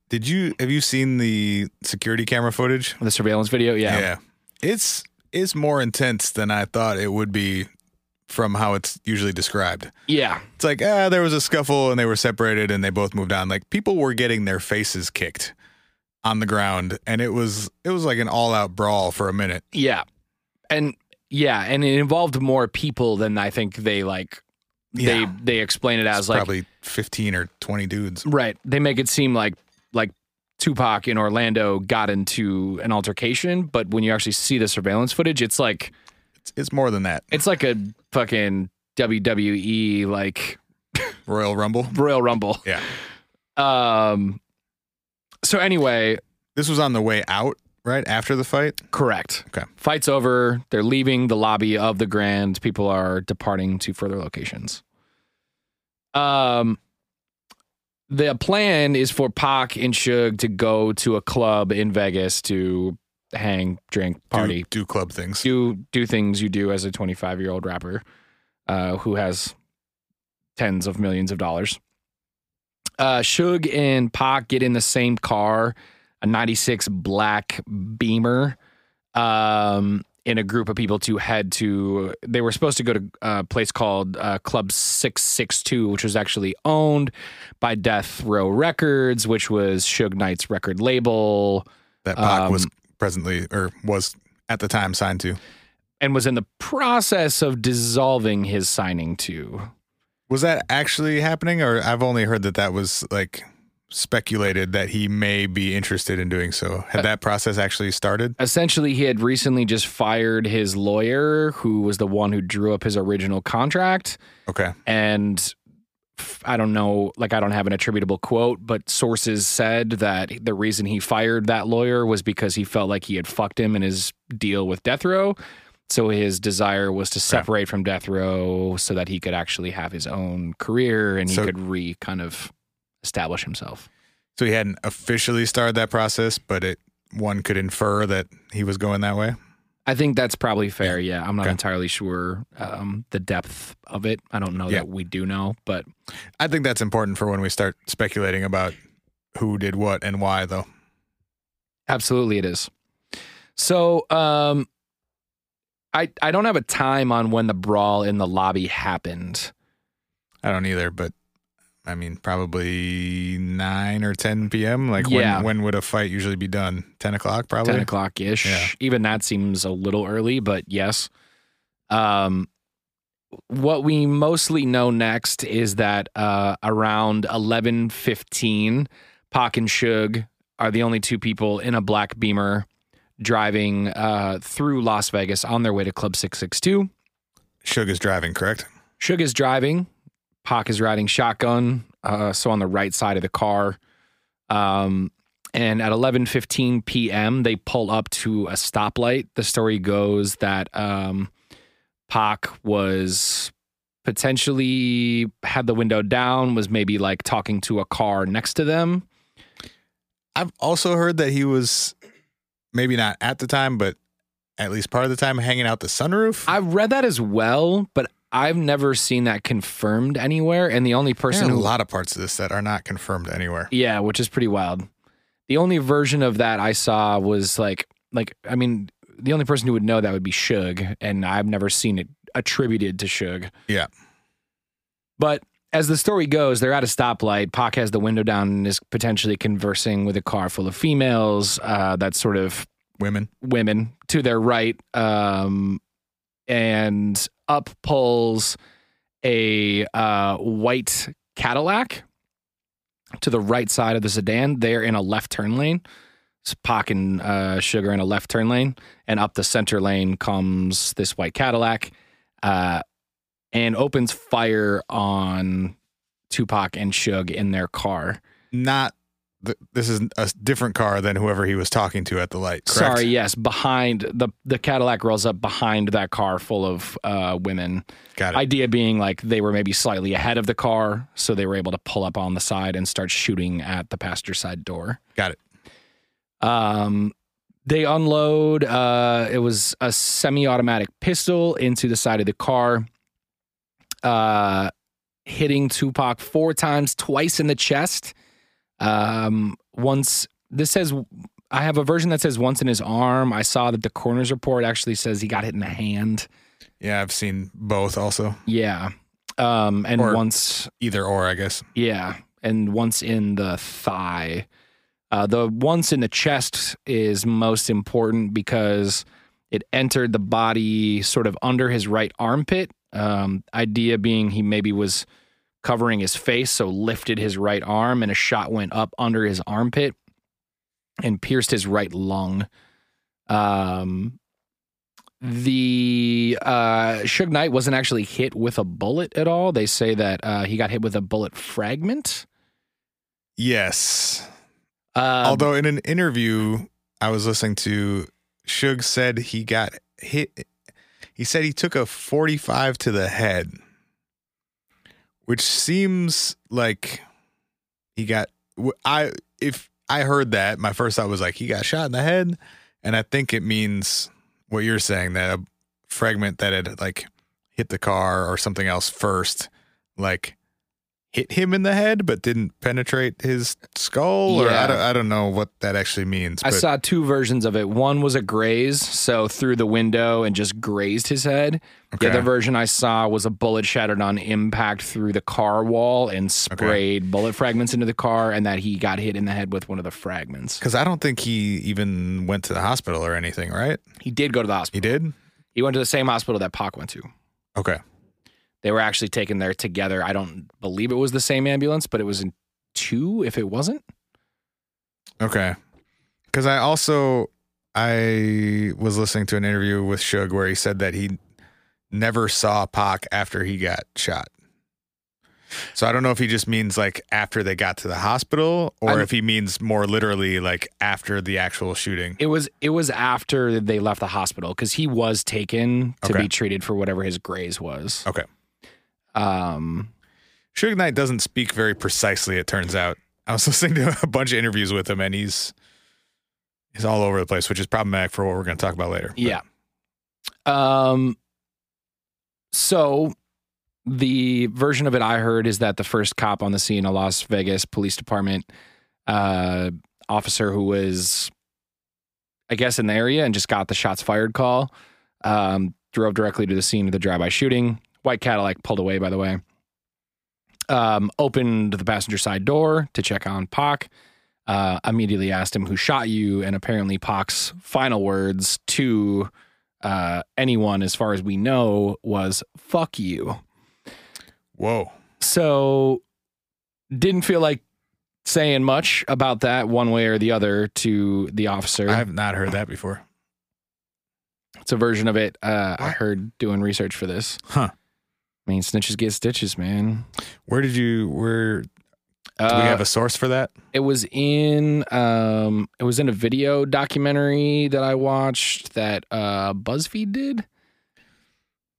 [SPEAKER 2] Did you have you seen the security camera footage?
[SPEAKER 3] The surveillance video, yeah.
[SPEAKER 2] It's it's more intense than I thought it would be from how it's usually described.
[SPEAKER 3] Yeah.
[SPEAKER 2] It's like, ah, there was a scuffle and they were separated and they both moved on. Like people were getting their faces kicked on the ground and it was it was like an all out brawl for a minute.
[SPEAKER 3] Yeah. And yeah, and it involved more people than I think they like
[SPEAKER 2] Yeah.
[SPEAKER 3] they they explain it as
[SPEAKER 2] It's
[SPEAKER 3] like
[SPEAKER 2] probably 15 or 20 dudes.
[SPEAKER 3] right. They make it seem like like Tupac in Orlando got into an altercation, but when you actually see the surveillance footage, it's like
[SPEAKER 2] It's, it's more than that.
[SPEAKER 3] it's like a fucking WWE like
[SPEAKER 2] Royal Rumble.
[SPEAKER 3] Royal Rumble.
[SPEAKER 2] Yeah.
[SPEAKER 3] Um so anyway,
[SPEAKER 2] This was on the way out, right? After the fight.
[SPEAKER 3] Correct.
[SPEAKER 2] Okay.
[SPEAKER 3] Fight's over. They're leaving the lobby of the Grand. People are departing to further locations. Um, the plan is for Pac and Suge to go to a club in Vegas to hang, drink,
[SPEAKER 2] Do-
[SPEAKER 3] party,
[SPEAKER 2] Do, club things.
[SPEAKER 3] do do things you do as a 25 year old rapper uh, who has tens of millions of dollars. Uh, Suge and Pac get in the same car, a 96 black Beamer, um, in a group of people to head to. They were supposed to go to a place called uh, Club 662, which was actually owned by Death Row Records, which was Suge Knight's record label.
[SPEAKER 2] that Pac was
[SPEAKER 3] um,
[SPEAKER 2] presently or was at the time signed to.
[SPEAKER 3] and was in the process of dissolving his signing to.
[SPEAKER 2] Was that actually happening, or I've only heard that that was like speculated that he may be interested in doing so. Had that process actually started?
[SPEAKER 3] Essentially, he had recently just fired his lawyer, who was the one who drew up his original contract.
[SPEAKER 2] Okay,
[SPEAKER 3] And f- I don't know, like, I don't have an attributable quote, but sources said that the reason he fired that lawyer was because he felt like he had fucked him in his deal with Death Row. So his desire was to separate from Death Row so that he could actually have his own career and he
[SPEAKER 2] So-
[SPEAKER 3] could re kind of establish himself.
[SPEAKER 2] so he hadn't officially started that process, but it one could infer that he was going that way.
[SPEAKER 3] I think that's probably fair. Yeah, I'm not
[SPEAKER 2] Okay.
[SPEAKER 3] entirely sure um, the depth of it. I don't know
[SPEAKER 2] Yeah.
[SPEAKER 3] that we do know, but
[SPEAKER 2] I think that's important for when we start speculating about who did what and why, though.
[SPEAKER 3] absolutely it is. So, um, I, I don't have a time on when the brawl in the lobby happened.
[SPEAKER 2] I don't either, but I mean, probably 9 or 10 p.m. Like,
[SPEAKER 3] Yeah.
[SPEAKER 2] when, when would a fight usually be done? 10 o'clock, probably?
[SPEAKER 3] 10 o'clock ish.
[SPEAKER 2] Yeah.
[SPEAKER 3] Even that seems a little early, but yes. Um, what we mostly know next is that uh, around 11.15, Pac and Suge are the only two people in a black Beamer driving uh, through Las Vegas on their way to Club 662.
[SPEAKER 2] Suge is driving, correct?
[SPEAKER 3] Suge is driving. Pac is riding shotgun, uh, so on the right side of the car. Um, and at 11:15 p.m., they pull up to a stoplight. The story goes that um, Pac was potentially had the window down, was maybe like talking to a car next to them.
[SPEAKER 2] I've also heard that he was maybe not at the time, but at least part of the time hanging out the sunroof.
[SPEAKER 3] I read that as well, but I've never seen that confirmed anywhere. And the only
[SPEAKER 2] There's
[SPEAKER 3] person
[SPEAKER 2] a
[SPEAKER 3] who
[SPEAKER 2] lot of parts of this that are not confirmed anywhere.
[SPEAKER 3] Yeah, which is pretty wild. The only version of that I saw was like, like I mean, the only person who would know that would be Suge, and I've never seen it attributed to Suge.
[SPEAKER 2] Yeah.
[SPEAKER 3] But as the story goes, they're at a stoplight. Pac has the window down and is potentially conversing with a car full of females. Uh, that sort of
[SPEAKER 2] Women.
[SPEAKER 3] women to their right, um, and up pulls a uh, white Cadillac to the right side of the sedan. They're in a left turn lane. It's Pac and uh, Sugar in a left turn lane, and up the center lane comes this white Cadillac, uh, and opens fire on Tupac and Suge in their car.
[SPEAKER 2] Not. Th- this is a different car than whoever he was talking to at the light. Correct?
[SPEAKER 3] Sorry, yes, behind the the Cadillac rolls up behind that car full of uh, women.
[SPEAKER 2] Got it.
[SPEAKER 3] Idea being like they were maybe slightly ahead of the car, so they were able to pull up on the side and start shooting at the passenger side door.
[SPEAKER 2] Got it.
[SPEAKER 3] Um, they unload. Uh, it was a semi-automatic pistol into the side of the car, uh, hitting Tupac four times, twice in the chest. Um, once this says, I have a version that says once in his arm. I saw that the coroner's report actually says he got hit in the hand.
[SPEAKER 2] Yeah, I've seen both also.
[SPEAKER 3] Yeah, um, and
[SPEAKER 2] Or-
[SPEAKER 3] once
[SPEAKER 2] Either or, I guess.
[SPEAKER 3] yeah, and once in the thigh. Uh, the once in the chest is most important because it entered the body sort of under his right armpit. Um, idea being he maybe was covering his face, so lifted his right arm, and a shot went up under his armpit and pierced his right lung. Um, the uh, Suge Knight wasn't actually hit with a bullet at all. They say that uh, he got hit with a bullet fragment.
[SPEAKER 2] Yes.
[SPEAKER 3] Um,
[SPEAKER 2] Although in an interview I was listening to, Suge said he got hit. He said he took a 45 to the head, which seems like he got. w- I if I heard that, my first thought was like he got shot in the head, and I think it means what you're saying that a fragment that had like hit the car or something else first, like hit him in the head but didn't penetrate his skull or
[SPEAKER 3] Yeah.
[SPEAKER 2] I don't, I don't know what that actually means
[SPEAKER 3] I
[SPEAKER 2] but
[SPEAKER 3] saw two versions of it. One was a graze, so through the window and just grazed his head.
[SPEAKER 2] Okay.
[SPEAKER 3] The other version I saw was a bullet shattered on impact through the car wall and sprayed bullet fragments into the car, and that he got hit in the head with one of the fragments.
[SPEAKER 2] Because I don't think he even went to the hospital or anything, right?
[SPEAKER 3] He did go to the hospital.
[SPEAKER 2] He did?
[SPEAKER 3] He went to the same hospital that Pac went to.
[SPEAKER 2] Okay.
[SPEAKER 3] They were actually taken there together. I don't believe it was the same ambulance, but it was in two if it wasn't.
[SPEAKER 2] Okay. Because I also, I was listening to an interview with Suge where he said that he never saw Pac after he got shot. So I don't know if he just means like after they got to the hospital or
[SPEAKER 3] I'm-
[SPEAKER 2] if he means more literally like after the actual shooting.
[SPEAKER 3] It was it was after they left the hospital because he was taken to
[SPEAKER 2] Okay.
[SPEAKER 3] be treated for whatever his graze was.
[SPEAKER 2] Okay.
[SPEAKER 3] Um,
[SPEAKER 2] Suge Knight doesn't speak very precisely, it turns out. I was listening to a bunch of interviews with him and he's he's all over the place, which is problematic for what we're gonna talk about later. But-
[SPEAKER 3] yeah. Um. So, the version of it I heard is that the first cop on the scene, a Las Vegas Police Department uh, officer who was, I guess, in the area and just got the shots fired call, um, drove directly to the scene of the drive-by shooting. White Cadillac pulled away, by the way. Um, opened the passenger side door to check on Pac. Uh, immediately asked him who shot you, and apparently Pac's final words to uh, anyone, as far as we know, was "fuck you."
[SPEAKER 2] Whoa.
[SPEAKER 3] So didn't feel like saying much about that one way or the other to the officer.
[SPEAKER 2] I have not heard that before.
[SPEAKER 3] It's a version of it uh, I
[SPEAKER 2] What?
[SPEAKER 3] heard doing research for this.
[SPEAKER 2] Huh.
[SPEAKER 3] I mean, snitches get stitches, man.
[SPEAKER 2] Where did you where do we
[SPEAKER 3] Uh,
[SPEAKER 2] have a source for that?
[SPEAKER 3] it was in um, it was in a video documentary that I watched that uh, BuzzFeed did.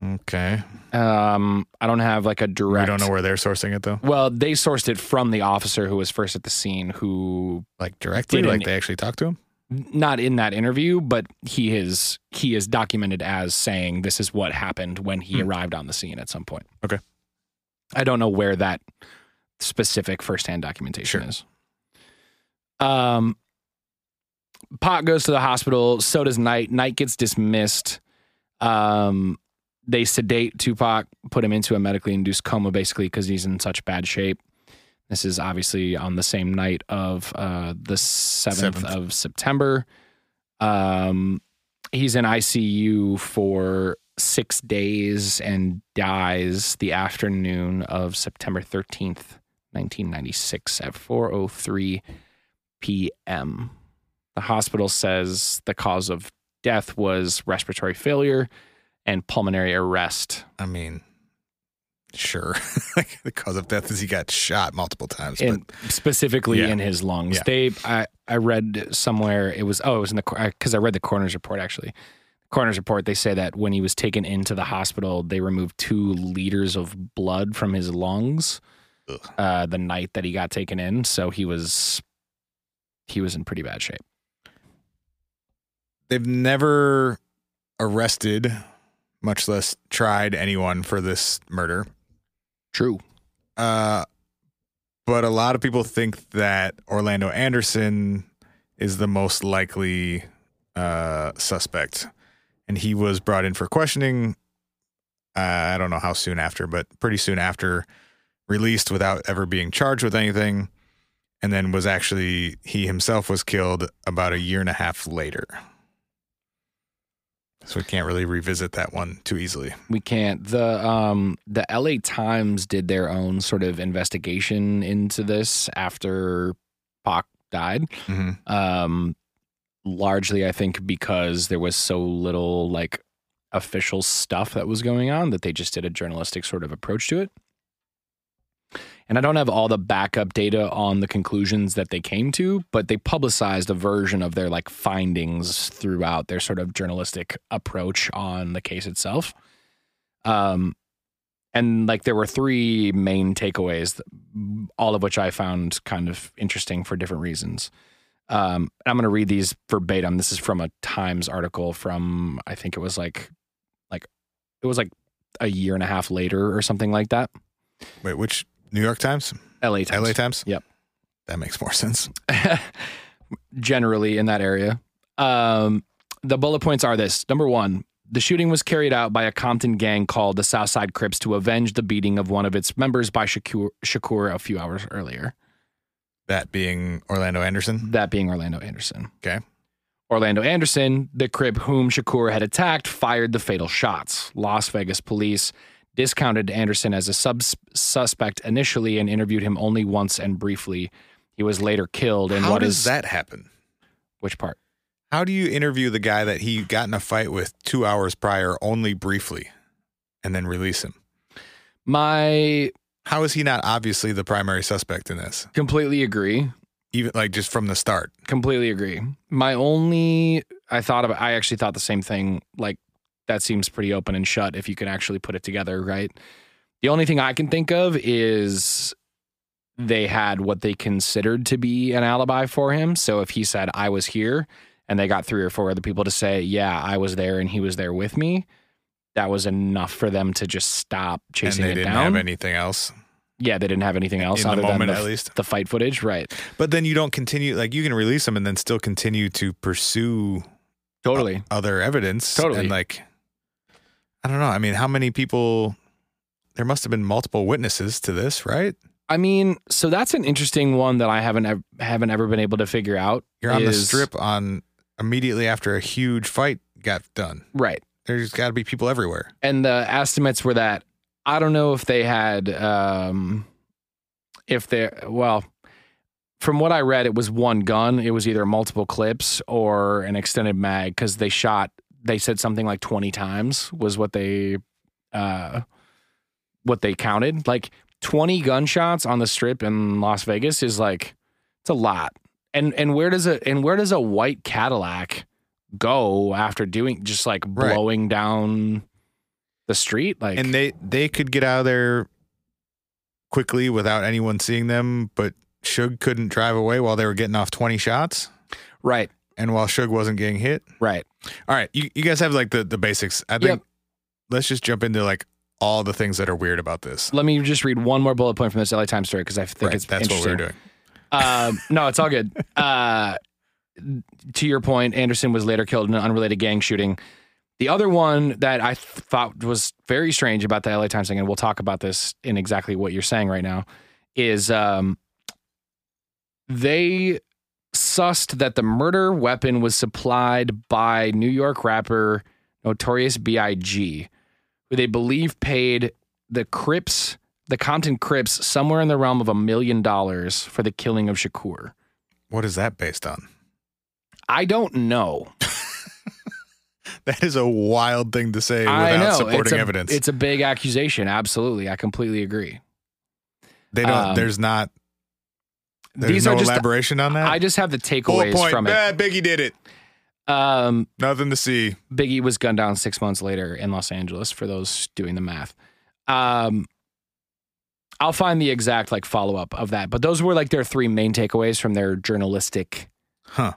[SPEAKER 2] Okay.
[SPEAKER 3] Um, I don't have like a
[SPEAKER 2] I
[SPEAKER 3] direct.
[SPEAKER 2] don't know where they're sourcing it though.
[SPEAKER 3] well, they sourced it from the officer who was first at the scene, who
[SPEAKER 2] Like directly,
[SPEAKER 3] Didn't-
[SPEAKER 2] like they actually talked to him?
[SPEAKER 3] not in that interview, but he is he is documented as saying this is what happened when he
[SPEAKER 2] Hmm.
[SPEAKER 3] arrived on the scene at some point.
[SPEAKER 2] Okay.
[SPEAKER 3] I don't know where that specific firsthand documentation
[SPEAKER 2] Sure.
[SPEAKER 3] is. Um Pot goes to the hospital, so does Knight. Knight gets dismissed. Um they sedate Tupac, put him into a medically induced coma basically because he's in such bad shape. This is obviously on the same night of uh, the 7th,
[SPEAKER 2] Seventh.
[SPEAKER 3] of September. Um, he's in ICU for six days and dies the afternoon of September 13th, 1996 at 4.03 p.m. The hospital says the cause of death was respiratory failure and pulmonary arrest
[SPEAKER 2] I mean, sure. like the cause of death is he got shot multiple times.
[SPEAKER 3] in, specifically
[SPEAKER 2] Yeah.
[SPEAKER 3] in his lungs.
[SPEAKER 2] Yeah.
[SPEAKER 3] They, I, I read somewhere it was oh it was in the because I read the coroner's report actually. Coroner's report they say that when he was taken into the hospital, they removed two liters of blood from his lungs
[SPEAKER 2] Ugh.
[SPEAKER 3] uh, the night that he got taken in, so he was he was in pretty bad shape.
[SPEAKER 2] they've never arrested, much less tried anyone for this murder.
[SPEAKER 3] True.
[SPEAKER 2] Uh, but a lot of people think that Orlando Anderson is the most likely uh, suspect, and he was brought in for questioning. Uh, I don't know how soon after, but pretty soon after, released without ever being charged with anything, and then was actually he himself was killed about a year and a half later. So we can't really revisit that one too easily.
[SPEAKER 3] We can't. The um the LA Times did their own sort of investigation into this after Pac died.
[SPEAKER 2] Mm-hmm.
[SPEAKER 3] um largely i think because there was so little like official stuff that was going on that they just did a journalistic sort of approach to it and i don't have all the backup data on the conclusions that they came to but they publicized a version of their like findings throughout their sort of journalistic approach on the case itself um and like there were three main takeaways all of which i found kind of interesting for different reasons um, and I'm going to read these verbatim. This is from a Times article from I think it was like, like it was like a year and a half later or something like that.
[SPEAKER 2] Wait, which New York Times?
[SPEAKER 3] LA Times.
[SPEAKER 2] LA Times?
[SPEAKER 3] Yep.
[SPEAKER 2] That makes more sense.
[SPEAKER 3] generally in that area. Um, the bullet points are this number one, the shooting was carried out by a Compton gang called the Southside Crips to avenge the beating of one of its members by Shakur, Shakur a few hours earlier.
[SPEAKER 2] That being Orlando Anderson.
[SPEAKER 3] That being Orlando Anderson.
[SPEAKER 2] Okay.
[SPEAKER 3] Orlando Anderson, the crib whom Shakur had attacked, fired the fatal shots. Las Vegas police discounted Anderson as a sub- suspect initially and interviewed him only once and briefly. He was later killed in
[SPEAKER 2] How
[SPEAKER 3] what
[SPEAKER 2] does
[SPEAKER 3] is
[SPEAKER 2] that happen?
[SPEAKER 3] which part?
[SPEAKER 2] How do you interview the guy that he got in a fight with two hours prior only briefly and then release him?
[SPEAKER 3] My
[SPEAKER 2] How is he not obviously the primary suspect in this?
[SPEAKER 3] completely agree.
[SPEAKER 2] Even like just from the start.
[SPEAKER 3] Completely agree. My only I thought about I actually thought the same thing like that seems pretty open and shut if you can actually put it together, right? The only thing I can think of is they had what they considered to be an alibi for him. So if he said I was here and they got three or four other people to say, "Yeah, I was there and he was there with me." That was enough for them to just stop chasing
[SPEAKER 2] and they
[SPEAKER 3] it
[SPEAKER 2] didn't
[SPEAKER 3] down.
[SPEAKER 2] have anything else.
[SPEAKER 3] yeah, they didn't have anything else
[SPEAKER 2] in the
[SPEAKER 3] other
[SPEAKER 2] moment,
[SPEAKER 3] than the,
[SPEAKER 2] at least. Uh,
[SPEAKER 3] the fight footage, right?
[SPEAKER 2] But then you don't continue like you can release him and then still continue to pursue
[SPEAKER 3] Totally.
[SPEAKER 2] other evidence.
[SPEAKER 3] Totally.
[SPEAKER 2] And like I don't know. I mean, how many people? There must have been multiple witnesses to this, right?
[SPEAKER 3] I mean, so that's an interesting one that I haven't ev- haven't ever been able to figure out.
[SPEAKER 2] You're on the
[SPEAKER 3] is-
[SPEAKER 2] strip on immediately after a huge fight got done.
[SPEAKER 3] right?
[SPEAKER 2] There's got to be people everywhere.
[SPEAKER 3] and the estimates were that I don't know if they had um if they well from what I read it was one gun it was either multiple clips or an extended mag cuz they shot they said something like 20 times was what they uh what they counted like 20 gunshots on the strip in Las Vegas is like it's a lot and and where does a and where does a white Cadillac go after doing just like
[SPEAKER 2] Right.
[SPEAKER 3] blowing down the street like
[SPEAKER 2] and they they could get out of there quickly without anyone seeing them, but Suge couldn't drive away while they were getting off 20 shots
[SPEAKER 3] right
[SPEAKER 2] and while Suge wasn't getting hit.
[SPEAKER 3] right
[SPEAKER 2] All right, you, you guys have like the, the basics. I think
[SPEAKER 3] Yep.
[SPEAKER 2] let's just jump into like all the things that are weird about this.
[SPEAKER 3] let me just read one more bullet point from this LA Times story because I think
[SPEAKER 2] Right,
[SPEAKER 3] it's
[SPEAKER 2] that's what we
[SPEAKER 3] interesting.
[SPEAKER 2] were doing.
[SPEAKER 3] Um, no, it's all good. Uh, to your point, Anderson was later killed in an unrelated gang shooting. The other one that I th- thought was very strange about the LA Times thing, and we'll talk about this in exactly what you're saying right now, is um, they sussed that the murder weapon was supplied by New York rapper Notorious B.I.G., who they believe paid the Crips the Compton Crips somewhere in the realm of a million dollars for the killing of Shakur.
[SPEAKER 2] What is that based on?
[SPEAKER 3] I don't know.
[SPEAKER 2] That is a wild thing to say
[SPEAKER 3] I
[SPEAKER 2] without
[SPEAKER 3] know
[SPEAKER 2] supporting
[SPEAKER 3] it's a,
[SPEAKER 2] evidence.
[SPEAKER 3] It's a big accusation. Absolutely, I completely agree.
[SPEAKER 2] they don't.
[SPEAKER 3] um,
[SPEAKER 2] there's not. There's
[SPEAKER 3] These
[SPEAKER 2] no
[SPEAKER 3] are just
[SPEAKER 2] elaboration on that.
[SPEAKER 3] I just have the
[SPEAKER 2] Bullet
[SPEAKER 3] takeaways
[SPEAKER 2] point.
[SPEAKER 3] from it.
[SPEAKER 2] Bad Biggie did it.
[SPEAKER 3] Um,
[SPEAKER 2] Nothing to see.
[SPEAKER 3] Biggie was gunned down six months later in Los Angeles. For those doing the math, um, I'll find the exact like follow up of that. But those were like their three main takeaways from their journalistic
[SPEAKER 2] Huh.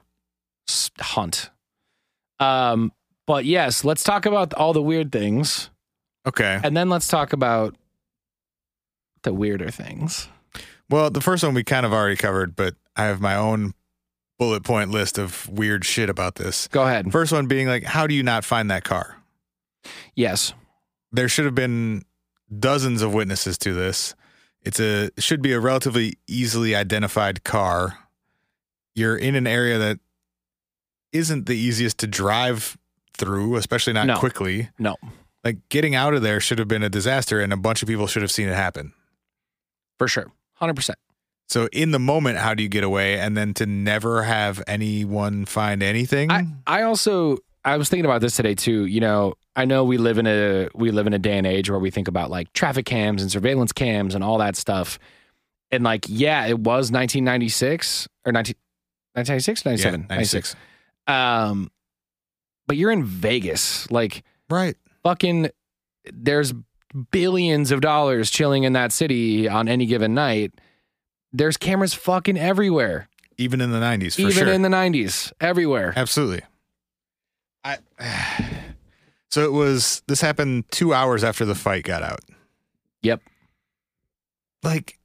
[SPEAKER 3] s- hunt. Um, but yes, let's talk about all the weird things.
[SPEAKER 2] Okay.
[SPEAKER 3] And then let's talk about the weirder things.
[SPEAKER 2] Well, the first one we kind of already covered, but I have my own bullet point list of weird shit about this.
[SPEAKER 3] Go ahead.
[SPEAKER 2] First one being like, how do you not find that car?
[SPEAKER 3] Yes.
[SPEAKER 2] There should have been dozens of witnesses to this. It's a should be a relatively easily identified car. You're in an area that isn't the easiest to drive through, especially not
[SPEAKER 3] No.
[SPEAKER 2] quickly.
[SPEAKER 3] No.
[SPEAKER 2] Like getting out of there should have been a disaster and a bunch of people should have seen it happen.
[SPEAKER 3] For sure. 100%.
[SPEAKER 2] So in the moment, how do you get away? And then to never have anyone find anything?
[SPEAKER 3] I, I also I was thinking about this today too. You know, I know we live in a we live in a day and age where we think about like traffic cams and surveillance cams and all that stuff. And like, yeah, it was 1996 or 19, 1996, 97, 96. Um, but you're in Vegas, like
[SPEAKER 2] Right.
[SPEAKER 3] fucking there's billions of dollars chilling in that city on any given night. There's cameras fucking everywhere,
[SPEAKER 2] Even in the 90s, for
[SPEAKER 3] even
[SPEAKER 2] sure.
[SPEAKER 3] in the 90s, everywhere.
[SPEAKER 2] Absolutely. I, so it was, this happened two hours after the fight got out.
[SPEAKER 3] Yep.
[SPEAKER 2] Like,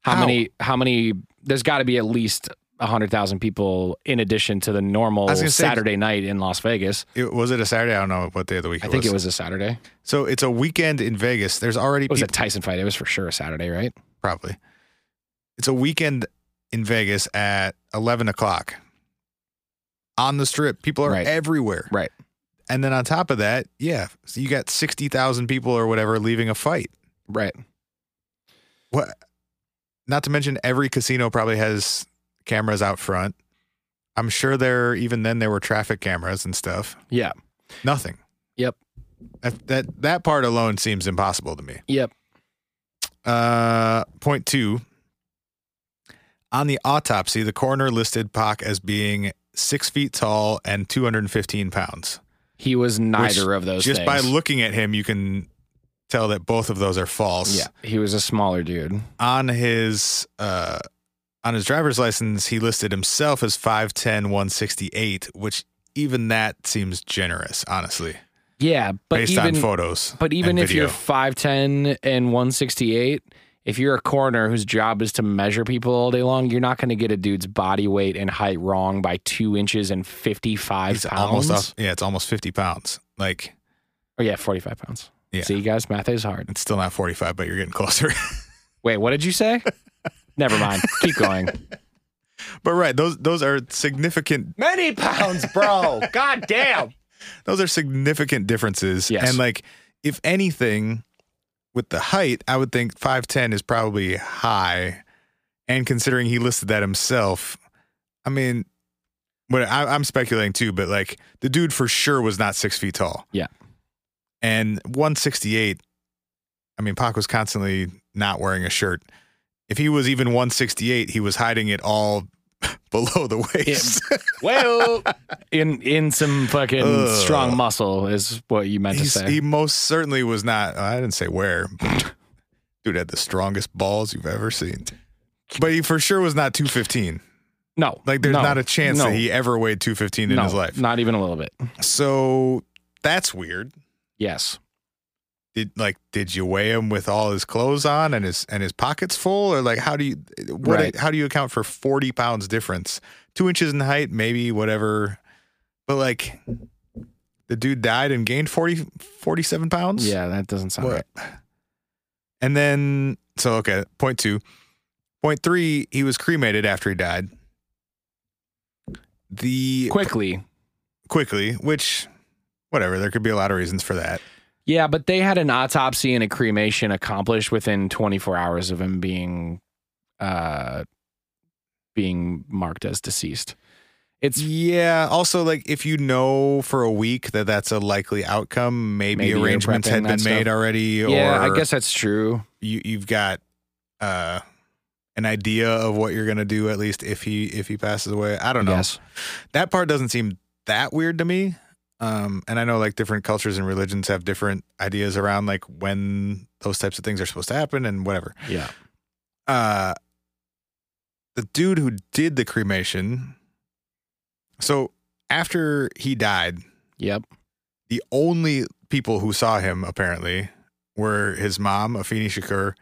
[SPEAKER 3] How,
[SPEAKER 2] How?
[SPEAKER 3] many, how many, there's got to be at least 100,000 people in addition to the normal
[SPEAKER 2] I was gonna say-
[SPEAKER 3] Saturday night in Las Vegas.
[SPEAKER 2] it, was it a Saturday? I don't know what day of the week
[SPEAKER 3] I think it was a Saturday.
[SPEAKER 2] So it's a weekend in Vegas. There's already
[SPEAKER 3] It was a
[SPEAKER 2] people.
[SPEAKER 3] Tyson fight. It was for sure a Saturday, right?
[SPEAKER 2] probably. It's a weekend in Vegas at 11 o'clock on the strip. People are
[SPEAKER 3] Right.
[SPEAKER 2] everywhere.
[SPEAKER 3] Right.
[SPEAKER 2] And then on top of that, yeah, so you got 60,000 people or whatever leaving a fight.
[SPEAKER 3] Right.
[SPEAKER 2] What? Not to mention every casino probably has cameras out front. I'm sure there even then there were traffic cameras and stuff.
[SPEAKER 3] Yeah.
[SPEAKER 2] Nothing.
[SPEAKER 3] Yep.
[SPEAKER 2] That that that part alone seems impossible to me.
[SPEAKER 3] Yep.
[SPEAKER 2] Uh, point two. On the autopsy, the coroner listed Pac as being six feet tall and 215 pounds.
[SPEAKER 3] He was neither
[SPEAKER 2] Which,
[SPEAKER 3] of those
[SPEAKER 2] Just
[SPEAKER 3] things.
[SPEAKER 2] by looking at him, you can tell that both of those are false.
[SPEAKER 3] Yeah. He was a smaller dude.
[SPEAKER 2] On his uh, on his driver's license, he listed himself as 5'10", 168, which even that seems generous, honestly,
[SPEAKER 3] Yeah. But
[SPEAKER 2] based
[SPEAKER 3] even,
[SPEAKER 2] on photos.
[SPEAKER 3] But even
[SPEAKER 2] and
[SPEAKER 3] if
[SPEAKER 2] video.
[SPEAKER 3] you're 5'10 and 168, if you're a coroner whose job is to measure people all day long, you're not going to get a dude's body weight and height wrong by two inches and 55
[SPEAKER 2] He's
[SPEAKER 3] pounds
[SPEAKER 2] almost off, yeah, it's almost 50 pounds. Like
[SPEAKER 3] Or yeah, 45 pounds.
[SPEAKER 2] Yeah.
[SPEAKER 3] See, guys, math is hard.
[SPEAKER 2] It's still not 45, but you're getting closer.
[SPEAKER 3] Wait, what did you say? Never mind. Keep going.
[SPEAKER 2] but right, those those are significant
[SPEAKER 3] Many pounds, bro. God damn.
[SPEAKER 2] those are significant differences.
[SPEAKER 3] Yes.
[SPEAKER 2] And like if anything with the height, I would think 5'10 is probably high. And considering he listed that himself, I mean, what I, I'm speculating too, but like the dude for sure was not six feet tall.
[SPEAKER 3] Yeah.
[SPEAKER 2] And 168, I mean, Pac was constantly not wearing a shirt. If he was even 168, he was hiding it all below the waist.
[SPEAKER 3] Well, in in some fucking
[SPEAKER 2] Ugh.
[SPEAKER 3] strong muscle is what you meant to
[SPEAKER 2] He's- e-
[SPEAKER 3] say.
[SPEAKER 2] He most certainly was not. I didn't say where. but Dude had the strongest balls you've ever seen. But he for sure was not 215.
[SPEAKER 3] no,
[SPEAKER 2] Like, there's
[SPEAKER 3] no,
[SPEAKER 2] not a chance
[SPEAKER 3] no,
[SPEAKER 2] that he ever weighed 215 in
[SPEAKER 3] no,
[SPEAKER 2] his life.
[SPEAKER 3] Not even a little bit.
[SPEAKER 2] So that's weird.
[SPEAKER 3] Yes.
[SPEAKER 2] Did like did you weigh him with all his clothes on and his and his pockets full, or like how do you what
[SPEAKER 3] Right.
[SPEAKER 2] how do you account for 40 pounds difference, two inches in height, maybe whatever, but like the dude died and gained 40 47 pounds.
[SPEAKER 3] Yeah, that doesn't sound right.
[SPEAKER 2] And then, so okay, point two. Point three, he was cremated after he died. The
[SPEAKER 3] Quickly.
[SPEAKER 2] quickly, which, whatever, there could be a lot of reasons for that.
[SPEAKER 3] Yeah, but they had an autopsy and a cremation accomplished within 24 hours of him being uh being marked as deceased. It's
[SPEAKER 2] Yeah. Also, like if you know for a week that that's a likely outcome, maybe,
[SPEAKER 3] Maybe you're
[SPEAKER 2] arrangements had
[SPEAKER 3] prepping
[SPEAKER 2] been
[SPEAKER 3] that
[SPEAKER 2] made
[SPEAKER 3] stuff.
[SPEAKER 2] already.
[SPEAKER 3] Yeah,
[SPEAKER 2] or
[SPEAKER 3] I guess that's true.
[SPEAKER 2] you you've got uh, an idea of what you're gonna do at least if he if he passes away. I don't know.
[SPEAKER 3] Yes.
[SPEAKER 2] that part doesn't seem that weird to me. Um, and I know like different cultures and religions have different ideas around like when those types of things are supposed to happen and whatever.
[SPEAKER 3] Yeah.
[SPEAKER 2] Uh, the dude who did the cremation. So after he died,
[SPEAKER 3] Yep.
[SPEAKER 2] the only people who saw him apparently were his mom, Afeni Shakur,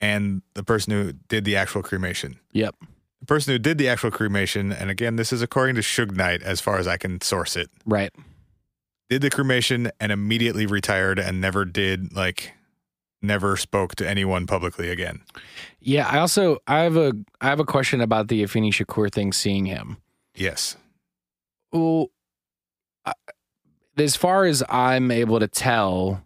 [SPEAKER 2] and the person who did the actual cremation.
[SPEAKER 3] Yep.
[SPEAKER 2] The person who did the actual cremation, and again, this is according to Suge Knight as far as I can source it.
[SPEAKER 3] Right.
[SPEAKER 2] did the cremation and immediately retired and never did like never spoke to anyone publicly again.
[SPEAKER 3] Yeah, I also I have a I have a question about the Afeni Shakur thing seeing him.
[SPEAKER 2] Yes.
[SPEAKER 3] Well, I- as far as I'm able to tell,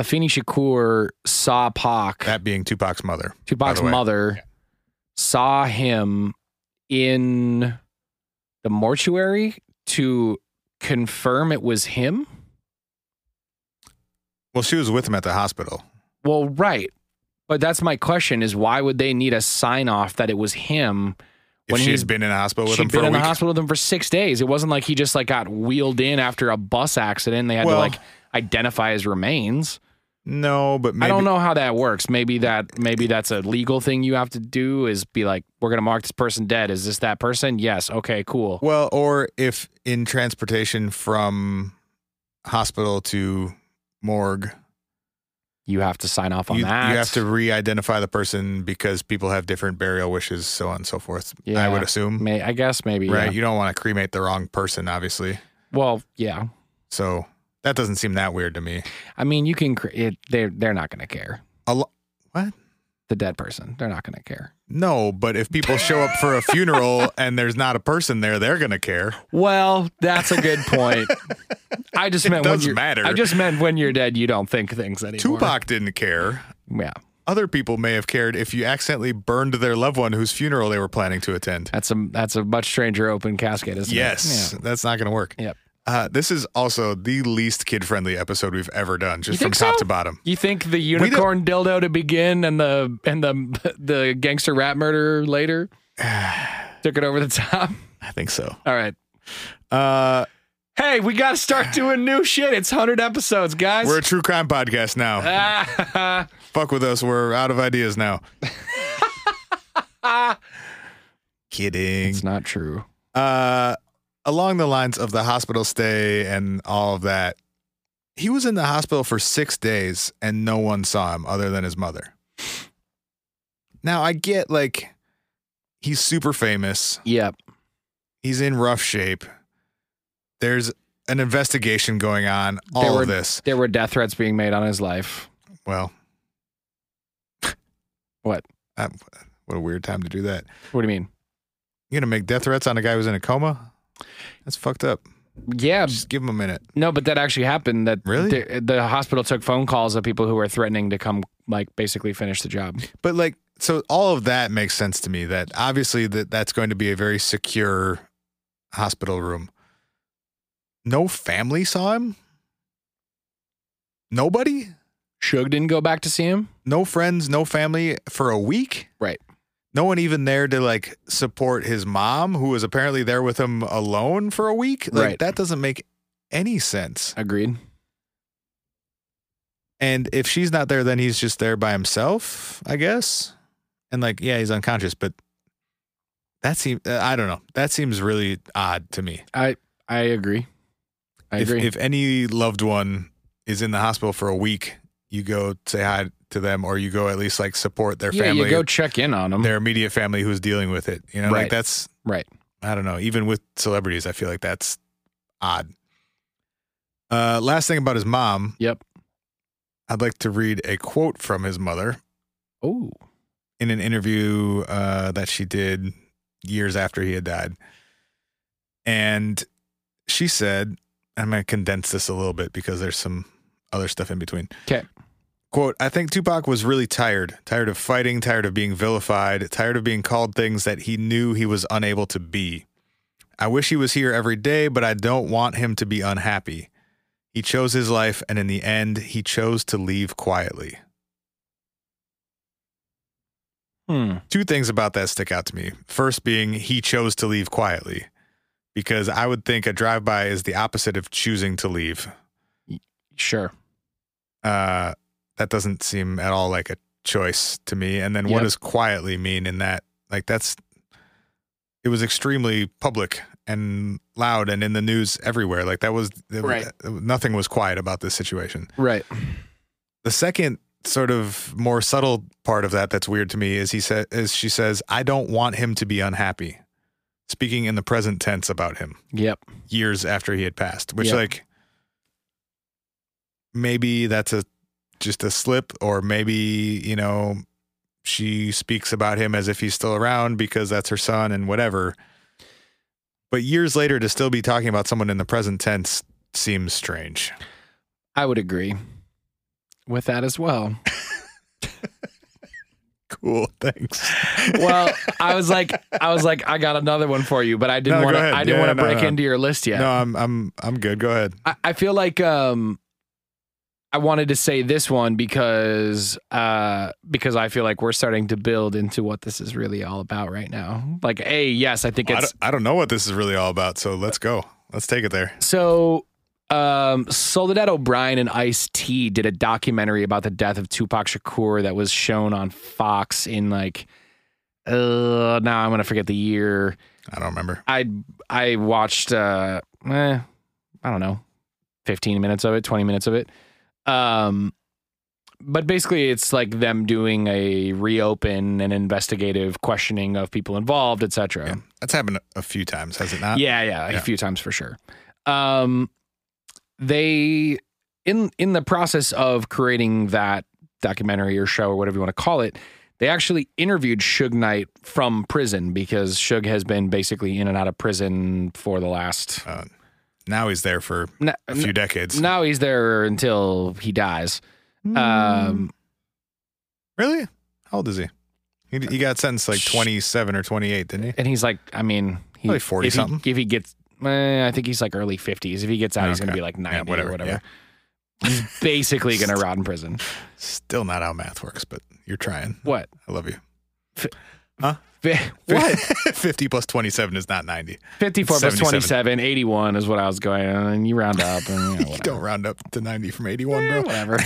[SPEAKER 3] Afeni Shakur saw Pac,
[SPEAKER 2] That being Tupac's mother.
[SPEAKER 3] Tupac's
[SPEAKER 2] by the way.
[SPEAKER 3] mother, saw him in the mortuary to confirm it was him.
[SPEAKER 2] Well, she was with him at the hospital.
[SPEAKER 3] Well, right. But that's my question is why would they need a sign off that it was him
[SPEAKER 2] If
[SPEAKER 3] When
[SPEAKER 2] she
[SPEAKER 3] he's-
[SPEAKER 2] had been in the hospital with
[SPEAKER 3] She'd
[SPEAKER 2] him for
[SPEAKER 3] been
[SPEAKER 2] a
[SPEAKER 3] in
[SPEAKER 2] week.
[SPEAKER 3] the hospital with him for six days. It wasn't like he just like got wheeled in after a bus accident. They had
[SPEAKER 2] Well-
[SPEAKER 3] to like identify his remains.
[SPEAKER 2] No, but maybe
[SPEAKER 3] I don't know how that works. Maybe that maybe that's a legal thing you have to do is be like, we're gonna mark this person dead. Is this that person? Yes. Okay. Cool.
[SPEAKER 2] Well, or if in transportation from hospital to morgue,
[SPEAKER 3] You have to sign off
[SPEAKER 2] you,
[SPEAKER 3] on
[SPEAKER 2] you
[SPEAKER 3] that.
[SPEAKER 2] have to re-identify the person because people have different burial wishes, so on and so forth. I
[SPEAKER 3] Yeah.
[SPEAKER 2] would assume,
[SPEAKER 3] May, I guess maybe.
[SPEAKER 2] right?
[SPEAKER 3] yeah.
[SPEAKER 2] You don't want to cremate the wrong person, obviously.
[SPEAKER 3] Well, yeah.
[SPEAKER 2] So that doesn't seem that weird to me.
[SPEAKER 3] I mean, you can. cr- It, they're they're not gonna care.
[SPEAKER 2] A lo- what?
[SPEAKER 3] The dead person. They're not gonna care.
[SPEAKER 2] No, but if people show up for a funeral and there's not a person there, they're gonna care.
[SPEAKER 3] Well, that's a good point. I just meant when
[SPEAKER 2] does
[SPEAKER 3] you're,
[SPEAKER 2] matter.
[SPEAKER 3] I just meant when you're dead, you don't think things anymore.
[SPEAKER 2] Tupac didn't care.
[SPEAKER 3] Yeah,
[SPEAKER 2] Other people may have cared if you accidentally burned their loved one whose funeral they were planning to attend.
[SPEAKER 3] that's a that's a much stranger open casket, isn't
[SPEAKER 2] Yes,
[SPEAKER 3] it?
[SPEAKER 2] that's not gonna work.
[SPEAKER 3] Yeah. Yep.
[SPEAKER 2] Uh, this is also the least kid-friendly episode we've ever done, just from
[SPEAKER 3] think
[SPEAKER 2] top
[SPEAKER 3] so?
[SPEAKER 2] to bottom.
[SPEAKER 3] You think the unicorn dildo to begin and the and the the gangster rap murder later took it over the top?
[SPEAKER 2] I think so.
[SPEAKER 3] All right.
[SPEAKER 2] Uh,
[SPEAKER 3] Hey, we got to start doing new shit. It's 100 episodes, guys.
[SPEAKER 2] we're a true crime podcast now.
[SPEAKER 3] Ah,
[SPEAKER 2] Fuck with us. We're out of ideas now. Kidding.
[SPEAKER 3] it's not true.
[SPEAKER 2] uh, along the lines of the hospital stay and all of that, he was in the hospital for six days and no one saw him other than his mother. Now, I get like he's super famous,
[SPEAKER 3] Yep.
[SPEAKER 2] he's in rough shape. There's an investigation going on. All
[SPEAKER 3] there were,
[SPEAKER 2] of this.
[SPEAKER 3] There were death threats being made on his life.
[SPEAKER 2] Well,
[SPEAKER 3] What?
[SPEAKER 2] I, what a weird time to do that.
[SPEAKER 3] What do you mean?
[SPEAKER 2] You're gonna make death threats on a guy who's in a coma? That's fucked up.
[SPEAKER 3] Yeah,
[SPEAKER 2] Just give him a minute.
[SPEAKER 3] no, but that actually happened. That
[SPEAKER 2] Really?
[SPEAKER 3] the, the hospital took phone calls of people who were threatening to come, like basically finish the job.
[SPEAKER 2] But like, so all of that makes sense to me. That obviously that that's going to be a very secure hospital room. No family saw him. Nobody.
[SPEAKER 3] Suge didn't go back to see him.
[SPEAKER 2] No friends. No family for a week.
[SPEAKER 3] Right.
[SPEAKER 2] No one even there to like support his mom, who was apparently there with him alone for a week. Like
[SPEAKER 3] Right.
[SPEAKER 2] that doesn't make any sense.
[SPEAKER 3] Agreed.
[SPEAKER 2] And if she's not there, then he's just there by himself, I guess. And like, yeah, he's unconscious, but that seems, I don't know. That seems really odd to me.
[SPEAKER 3] I I agree. I
[SPEAKER 2] if,
[SPEAKER 3] agree.
[SPEAKER 2] if any loved one is in the hospital for a week, you go say hi to them or you go at least like support their
[SPEAKER 3] yeah,
[SPEAKER 2] family,
[SPEAKER 3] you go check in on him.
[SPEAKER 2] their immediate family who's dealing with it. You know,
[SPEAKER 3] Right.
[SPEAKER 2] like that's,
[SPEAKER 3] Right.
[SPEAKER 2] I don't know. Even with celebrities, I feel like that's odd. Uh, last thing about his mom,
[SPEAKER 3] Yep.
[SPEAKER 2] I'd like to read a quote from his mother.
[SPEAKER 3] Oh.
[SPEAKER 2] in an interview uh, that she did years after he had died. And she said, I'm going to condense this a little bit because there's some other stuff in between.
[SPEAKER 3] 'Kay.
[SPEAKER 2] Quote, I think Tupac was really tired, tired of fighting, tired of being vilified, tired of being called things that he knew he was unable to be. I wish he was here every day, but I don't want him to be unhappy. He chose his life, and in the end, he chose to leave quietly.
[SPEAKER 3] Hmm.
[SPEAKER 2] two things about that stick out to me. First being he chose to leave quietly because I would think a drive by is the opposite of choosing to leave.
[SPEAKER 3] Sure.
[SPEAKER 2] Uh, that doesn't seem at all like a choice to me. And then what
[SPEAKER 3] Yep.
[SPEAKER 2] does quietly mean in that? Like that's it was extremely public and loud and in the news everywhere. Like that was that-
[SPEAKER 3] Right.
[SPEAKER 2] nothing was quiet about this situation.
[SPEAKER 3] Right.
[SPEAKER 2] The second sort of more subtle part of that that's weird to me is he said is she says I don't want him to be unhappy. Speaking in the present tense about him
[SPEAKER 3] Yep.
[SPEAKER 2] years after he had passed, which
[SPEAKER 3] Yep.
[SPEAKER 2] like maybe that's a just a slip or maybe, you know, she speaks about him as if he's still around because that's her son and whatever. But years later to still be talking about someone in the present tense seems strange.
[SPEAKER 3] I would agree with that as well.
[SPEAKER 2] Cool, thanks.
[SPEAKER 3] Well, I was like, I was like, I got another one for you, but I didn't
[SPEAKER 2] No,
[SPEAKER 3] want
[SPEAKER 2] go
[SPEAKER 3] to.
[SPEAKER 2] ahead.
[SPEAKER 3] I didn't
[SPEAKER 2] Yeah,
[SPEAKER 3] want to
[SPEAKER 2] no,
[SPEAKER 3] break
[SPEAKER 2] no.
[SPEAKER 3] into your list yet.
[SPEAKER 2] No, I'm I'm I'm good. Go ahead.
[SPEAKER 3] I, I feel like um I wanted to say this one because uh because I feel like we're starting to build into what this is really all about right now. Like, hey, yes, I think
[SPEAKER 2] I
[SPEAKER 3] it's
[SPEAKER 2] don't, I don't know what this is really all about, so let's go. Let's take it there.
[SPEAKER 3] so um Soledad O'Brien and Ice T did a documentary about the death of Tupac Shakur that was shown on Fox in like uh now I'm gonna forget the year.
[SPEAKER 2] I don't remember.
[SPEAKER 3] I I watched uh eh, I don't know, 15 minutes of it, 20 minutes of it. Um but basically it's like them doing a reopen and investigative questioning of people involved, etc.
[SPEAKER 2] Yeah. That's happened a few times, has it not?
[SPEAKER 3] Yeah, Uh, yeah,
[SPEAKER 2] Yeah.
[SPEAKER 3] a few times for sure. Um, they in in the process of creating that documentary or show or whatever you want to call it, they actually interviewed Suge Knight from prison because Suge has been basically in and out of prison for the last.
[SPEAKER 2] Uh, now he's there for
[SPEAKER 3] N-
[SPEAKER 2] a few decades. Hmm.
[SPEAKER 3] now he's there until he dies. Um,
[SPEAKER 2] Really? How old is he? He, he got sentenced like 27 or 28, didn't he?
[SPEAKER 3] and he's like, I mean, he,
[SPEAKER 2] Probably 40
[SPEAKER 3] if he-
[SPEAKER 2] something.
[SPEAKER 3] If he gets, eh, I think he's like early fifties. If he gets out, he's gonna
[SPEAKER 2] Okay.
[SPEAKER 3] be like ninety
[SPEAKER 2] whatever,
[SPEAKER 3] or whatever. He's basically gonna rot in prison.
[SPEAKER 2] Still not how math works, but you're trying.
[SPEAKER 3] What?
[SPEAKER 2] I love you.
[SPEAKER 3] Fi- What?
[SPEAKER 2] 50 plus 27 is not 90.
[SPEAKER 3] 54 plus
[SPEAKER 2] 77.
[SPEAKER 3] 27, 81 is what I was going, and you round up, and you know,
[SPEAKER 2] You
[SPEAKER 3] whatever.
[SPEAKER 2] don't round up to 90 from 81,
[SPEAKER 3] Eh,
[SPEAKER 2] bro.
[SPEAKER 3] whatever.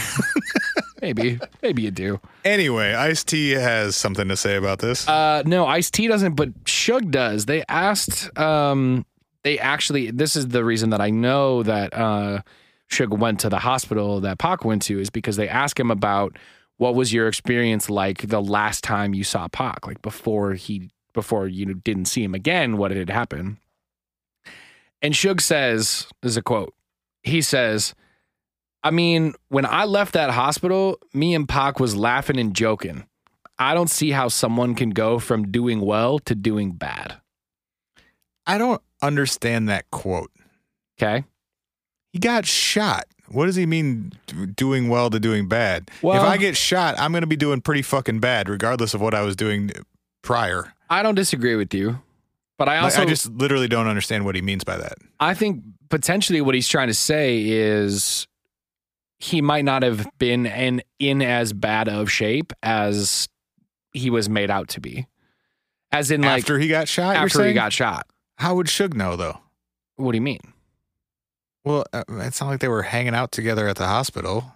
[SPEAKER 3] maybe, maybe you do.
[SPEAKER 2] Anyway, Ice T has something to say about this.
[SPEAKER 3] Uh, no, Ice T doesn't, but Suge does. They asked. Um, they actually. This is the reason that I know that uh, Suge went to the hospital that Pac went to is because they asked him about what was your experience like the last time you saw Pac, like before he before you didn't see him again. What had happened? And Suge says, this is a quote. He says, I mean, when I left that hospital, me and Pac was laughing and joking. I don't see how someone can go from doing well to doing bad.
[SPEAKER 2] I don't understand that quote.
[SPEAKER 3] Okay.
[SPEAKER 2] He got shot. What does he mean d- doing well to doing bad? if
[SPEAKER 3] Well-
[SPEAKER 2] I get shot, I'm going to be doing pretty fucking bad regardless of what I was doing prior.
[SPEAKER 3] I don't disagree with you, but I
[SPEAKER 2] Like,
[SPEAKER 3] also
[SPEAKER 2] I just literally don't understand what he means by that.
[SPEAKER 3] I think potentially what he's trying to say is he might not have been in, in as bad of shape as he was made out to be. As in, like,
[SPEAKER 2] after he got shot, you're
[SPEAKER 3] after he
[SPEAKER 2] saying?
[SPEAKER 3] got shot.
[SPEAKER 2] How would Suge know though?
[SPEAKER 3] What do you mean?
[SPEAKER 2] Well, uh, it's not like they were hanging out together at the hospital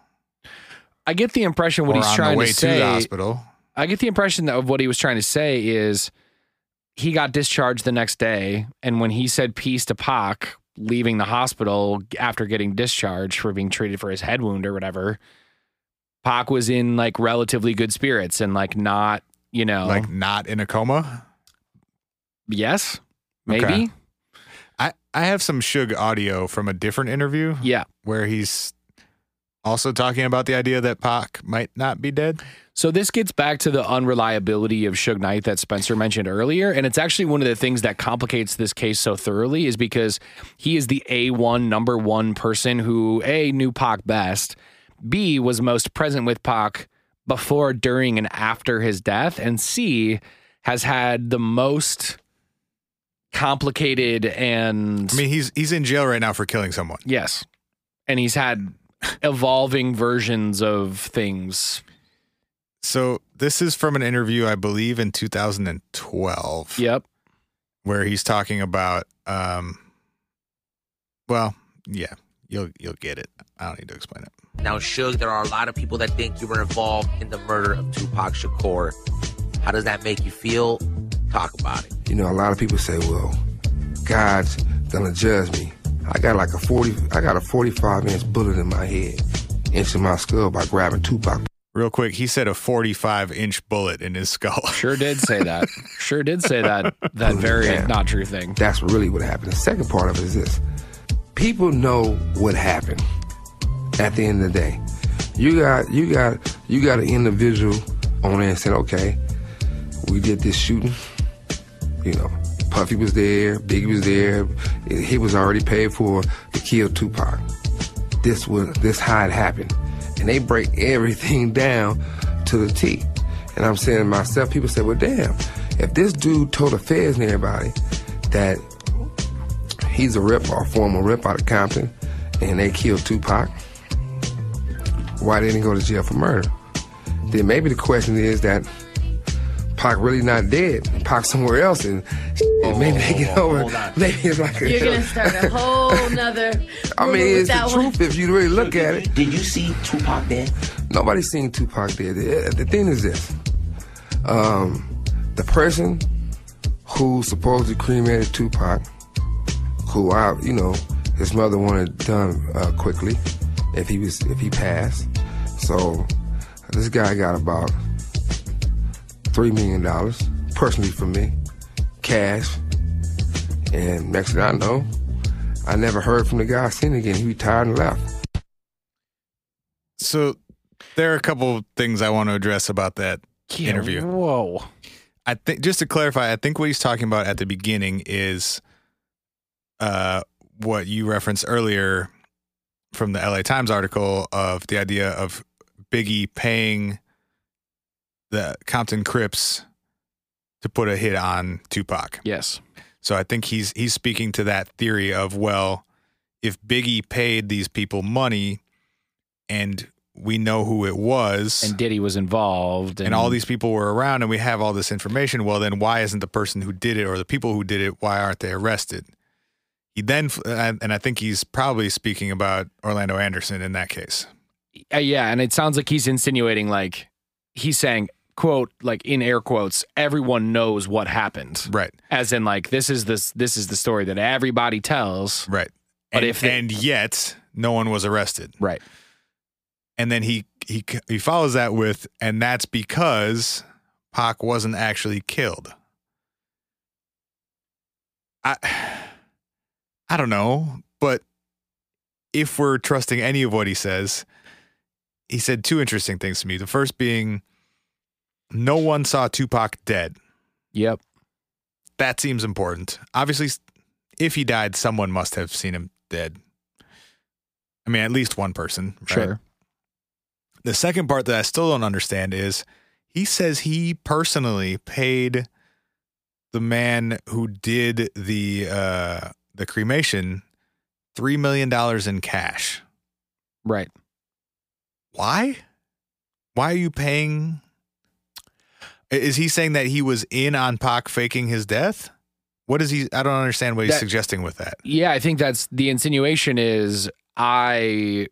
[SPEAKER 3] I get the impression what
[SPEAKER 2] or
[SPEAKER 3] he's
[SPEAKER 2] on
[SPEAKER 3] trying
[SPEAKER 2] the way
[SPEAKER 3] to say.
[SPEAKER 2] to the hospital.
[SPEAKER 3] I get the impression that of what he was trying to say is he got discharged the next day, and when he said peace to Pac, leaving the hospital after getting discharged for being treated for his head wound or whatever, Pac was in like relatively good spirits and like not, you know,
[SPEAKER 2] Like not in a coma.
[SPEAKER 3] yes, maybe,
[SPEAKER 2] Okay. I I have some Suge audio from a different interview
[SPEAKER 3] yeah.
[SPEAKER 2] where he's also talking about the idea that Pac might not be dead.
[SPEAKER 3] So this gets back to the unreliability of Suge Knight that Spencer mentioned earlier, and it's actually one of the things that complicates this case so thoroughly is because he is the A one number one person who A knew Pac best, B was most present with Pac before, during, and after his death, and C has had the most complicated and
[SPEAKER 2] I mean, he's he's in jail right now for killing someone.
[SPEAKER 3] yes, and he's had evolving versions of things.
[SPEAKER 2] So this is from an interview I believe in 2012.
[SPEAKER 3] Yep.
[SPEAKER 2] where he's talking about um well yeah you'll you'll get it i don't need to explain it
[SPEAKER 7] Now, Suge, there are a lot of people that think you were involved in the murder of Tupac Shakur. How does that make you feel? Talk about it.
[SPEAKER 8] You know, a lot of people say, well, God's gonna judge me. I got like a 40, I got a 45 inch bullet in my head, into my skull by grabbing Tupac
[SPEAKER 2] real quick he said a 45 inch bullet in his skull
[SPEAKER 3] Sure did say that. sure did say that. That very
[SPEAKER 8] Damn.
[SPEAKER 3] not true thing.
[SPEAKER 8] That's really what happened. The second part of it is this people know what happened at the end of the day. You got you got you got an individual on there and said, okay, we did this shooting. You know, Puffy was there, Biggie was there, he was already paid for to kill Tupac. This was this how it happened. And they break everything down to the T. And I'm saying to myself, people say, well damn, if this dude told the feds and everybody that he's a rip or a former rip out of Compton, and they killed Tupac. Why didn't he go to jail for murder? Then maybe the question is that Pac really not dead. Pac somewhere else, and maybe they get over. Maybe it's like a,
[SPEAKER 9] You're gonna start a whole nother.
[SPEAKER 8] I mean,
[SPEAKER 9] rumor with
[SPEAKER 8] it's the
[SPEAKER 9] that one.
[SPEAKER 8] truth if you really look at it.
[SPEAKER 7] Did you see Tupac dead?
[SPEAKER 8] Nobody's seen Tupac dead. The, the thing is this: um, the person who supposedly cremated Tupac, who I, you know, his mother wanted done uh, quickly, if he was, if he passed. So this guy got about three million dollars personally for me, cash, and next thing I know, I never heard from the guy seen again. He retired and left.
[SPEAKER 2] so there are a couple things i want to address about that
[SPEAKER 3] Yeah,
[SPEAKER 2] interview
[SPEAKER 3] Whoa.
[SPEAKER 2] I think just to clarify, I think what he's talking about at the beginning is uh what you referenced earlier from the LA Times article of the idea of Biggie paying the Compton Crips to put a hit on Tupac.
[SPEAKER 3] Yes.
[SPEAKER 2] So I think he's he's speaking to that theory of well, if Biggie paid these people money and we know who it was
[SPEAKER 3] And Diddy was involved, and,
[SPEAKER 2] and all these people were around and we have all this information well then why isn't the person who did it or the people who did it why aren't they arrested he then uh, and and i think he's probably speaking about orlando anderson in that case
[SPEAKER 3] Uh, yeah, and it sounds like he's insinuating like he's saying quote like in air quotes everyone knows what happened
[SPEAKER 2] right
[SPEAKER 3] as in like this is this this is the story that everybody tells
[SPEAKER 2] right
[SPEAKER 3] But
[SPEAKER 2] and,
[SPEAKER 3] if they-
[SPEAKER 2] and yet no one was arrested
[SPEAKER 3] right
[SPEAKER 2] and then he he he follows that with and that's because Pac wasn't actually killed. I I don't know, but if we're trusting any of what he says, he said two interesting things to me. The first being, no one saw Tupac dead.
[SPEAKER 3] Yep.
[SPEAKER 2] That seems important. Obviously, if he died, someone must have seen him dead. I mean, at least one person. Right?
[SPEAKER 3] Sure.
[SPEAKER 2] The second part that I still don't understand is he says he personally paid the man who did the uh, the cremation three million dollars in cash.
[SPEAKER 3] Right.
[SPEAKER 2] Why? Why are you paying? I- Is he saying that he was in on Pac faking his death? What is he? I don't understand what he's
[SPEAKER 3] That-
[SPEAKER 2] suggesting with that.
[SPEAKER 3] Yeah, I think that's the insinuation is I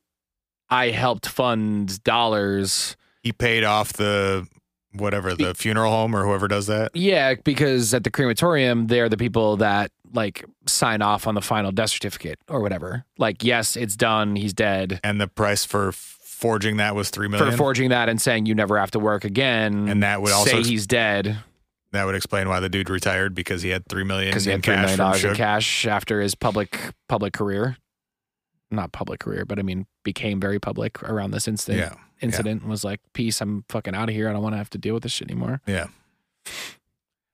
[SPEAKER 3] I helped fund dollars
[SPEAKER 2] He paid off the whatever the funeral home or whoever does that.
[SPEAKER 3] Yeah, because at the crematorium, they're the people that like sign off on the final death certificate or whatever. Like, yes, it's done. He's dead
[SPEAKER 2] and the price for forging that was three million.
[SPEAKER 3] for forging that and saying you never have to work again.
[SPEAKER 2] And that would also
[SPEAKER 3] Mm-hmm. say
[SPEAKER 2] ex-
[SPEAKER 3] he's dead
[SPEAKER 2] that would explain why the dude retired because he had three million
[SPEAKER 3] because he
[SPEAKER 2] in
[SPEAKER 3] had three
[SPEAKER 2] cash
[SPEAKER 3] million
[SPEAKER 2] from
[SPEAKER 3] dollars in
[SPEAKER 2] Suge.
[SPEAKER 3] cash after his public public career. Not public career, but I mean became very public around this incident.
[SPEAKER 2] Yeah,
[SPEAKER 3] Incident and was like, peace. I'm fucking out of here. I don't want to have to deal with this shit anymore.
[SPEAKER 2] yeah.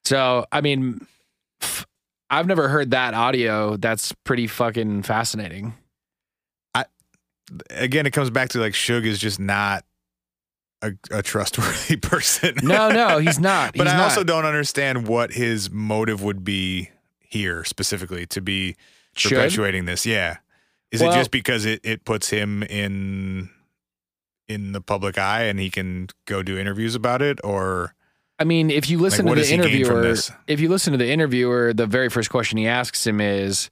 [SPEAKER 3] So, I mean, f- I've never heard that audio. That's pretty fucking fascinating.
[SPEAKER 2] Again, it comes back to like Suge is just not a, a trustworthy person.
[SPEAKER 3] No, no, he's not.
[SPEAKER 2] but
[SPEAKER 3] He's
[SPEAKER 2] I
[SPEAKER 3] not.
[SPEAKER 2] also don't understand what his motive would be here specifically to be
[SPEAKER 3] Should?
[SPEAKER 2] perpetuating this. Yeah, is
[SPEAKER 3] Well-
[SPEAKER 2] it just because it it puts him in in the public eye and he can go do interviews about it, or
[SPEAKER 3] I mean, if you listen
[SPEAKER 2] Like, what
[SPEAKER 3] to
[SPEAKER 2] does
[SPEAKER 3] the
[SPEAKER 2] he gain from
[SPEAKER 3] interviewer,
[SPEAKER 2] this?
[SPEAKER 3] if you listen to the interviewer, the very first question he asks him is,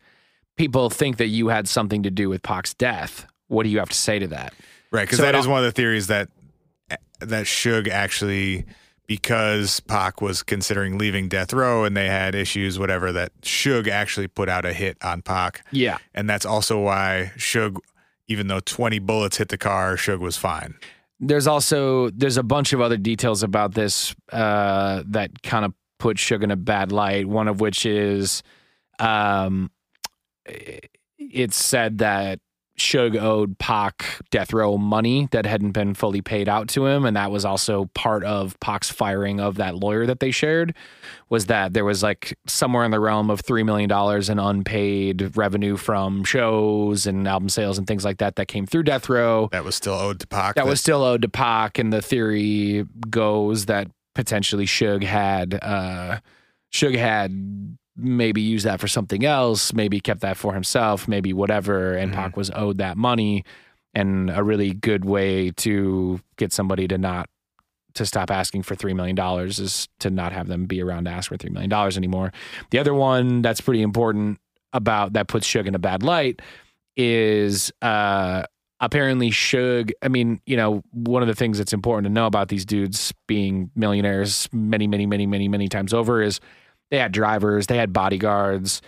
[SPEAKER 3] "People think that you had something to do with Pac's death. What do you have to say to that?"
[SPEAKER 2] Right, because
[SPEAKER 3] So
[SPEAKER 2] that
[SPEAKER 3] it
[SPEAKER 2] is
[SPEAKER 3] al-
[SPEAKER 2] one of the theories that that Suge actually, because Pac was considering leaving Death Row and they had issues, whatever, that Suge actually put out a hit on Pac,
[SPEAKER 3] Yeah,
[SPEAKER 2] and that's also why Suge, even though twenty bullets hit the car, Suge was fine.
[SPEAKER 3] there's also there's a bunch of other details about this uh, that kind of put Suge in a bad light. One of which is, um, it's said that Suge owed Pac death row money that hadn't been fully paid out to him, and that was also part of Pac's firing of that lawyer that they shared. Was that there was like somewhere in the realm of three million dollars in unpaid revenue from shows and album sales and things like that that came through death row
[SPEAKER 2] That was still owed to Pac.
[SPEAKER 3] that was still owed to Pac, and the theory goes that potentially Suge had uh, Suge had maybe used that for something else, maybe kept that for himself, maybe whatever, and Pac was owed that money. And a really good way to get somebody to not to stop asking for three million dollars is to not have them be around to ask for three million dollars anymore. The other one that's pretty important about that puts Suge in a bad light is uh apparently Suge, I mean, you know, one of the things that's important to know about these dudes being millionaires many, many, many, many, many times over is they had drivers, they had bodyguards.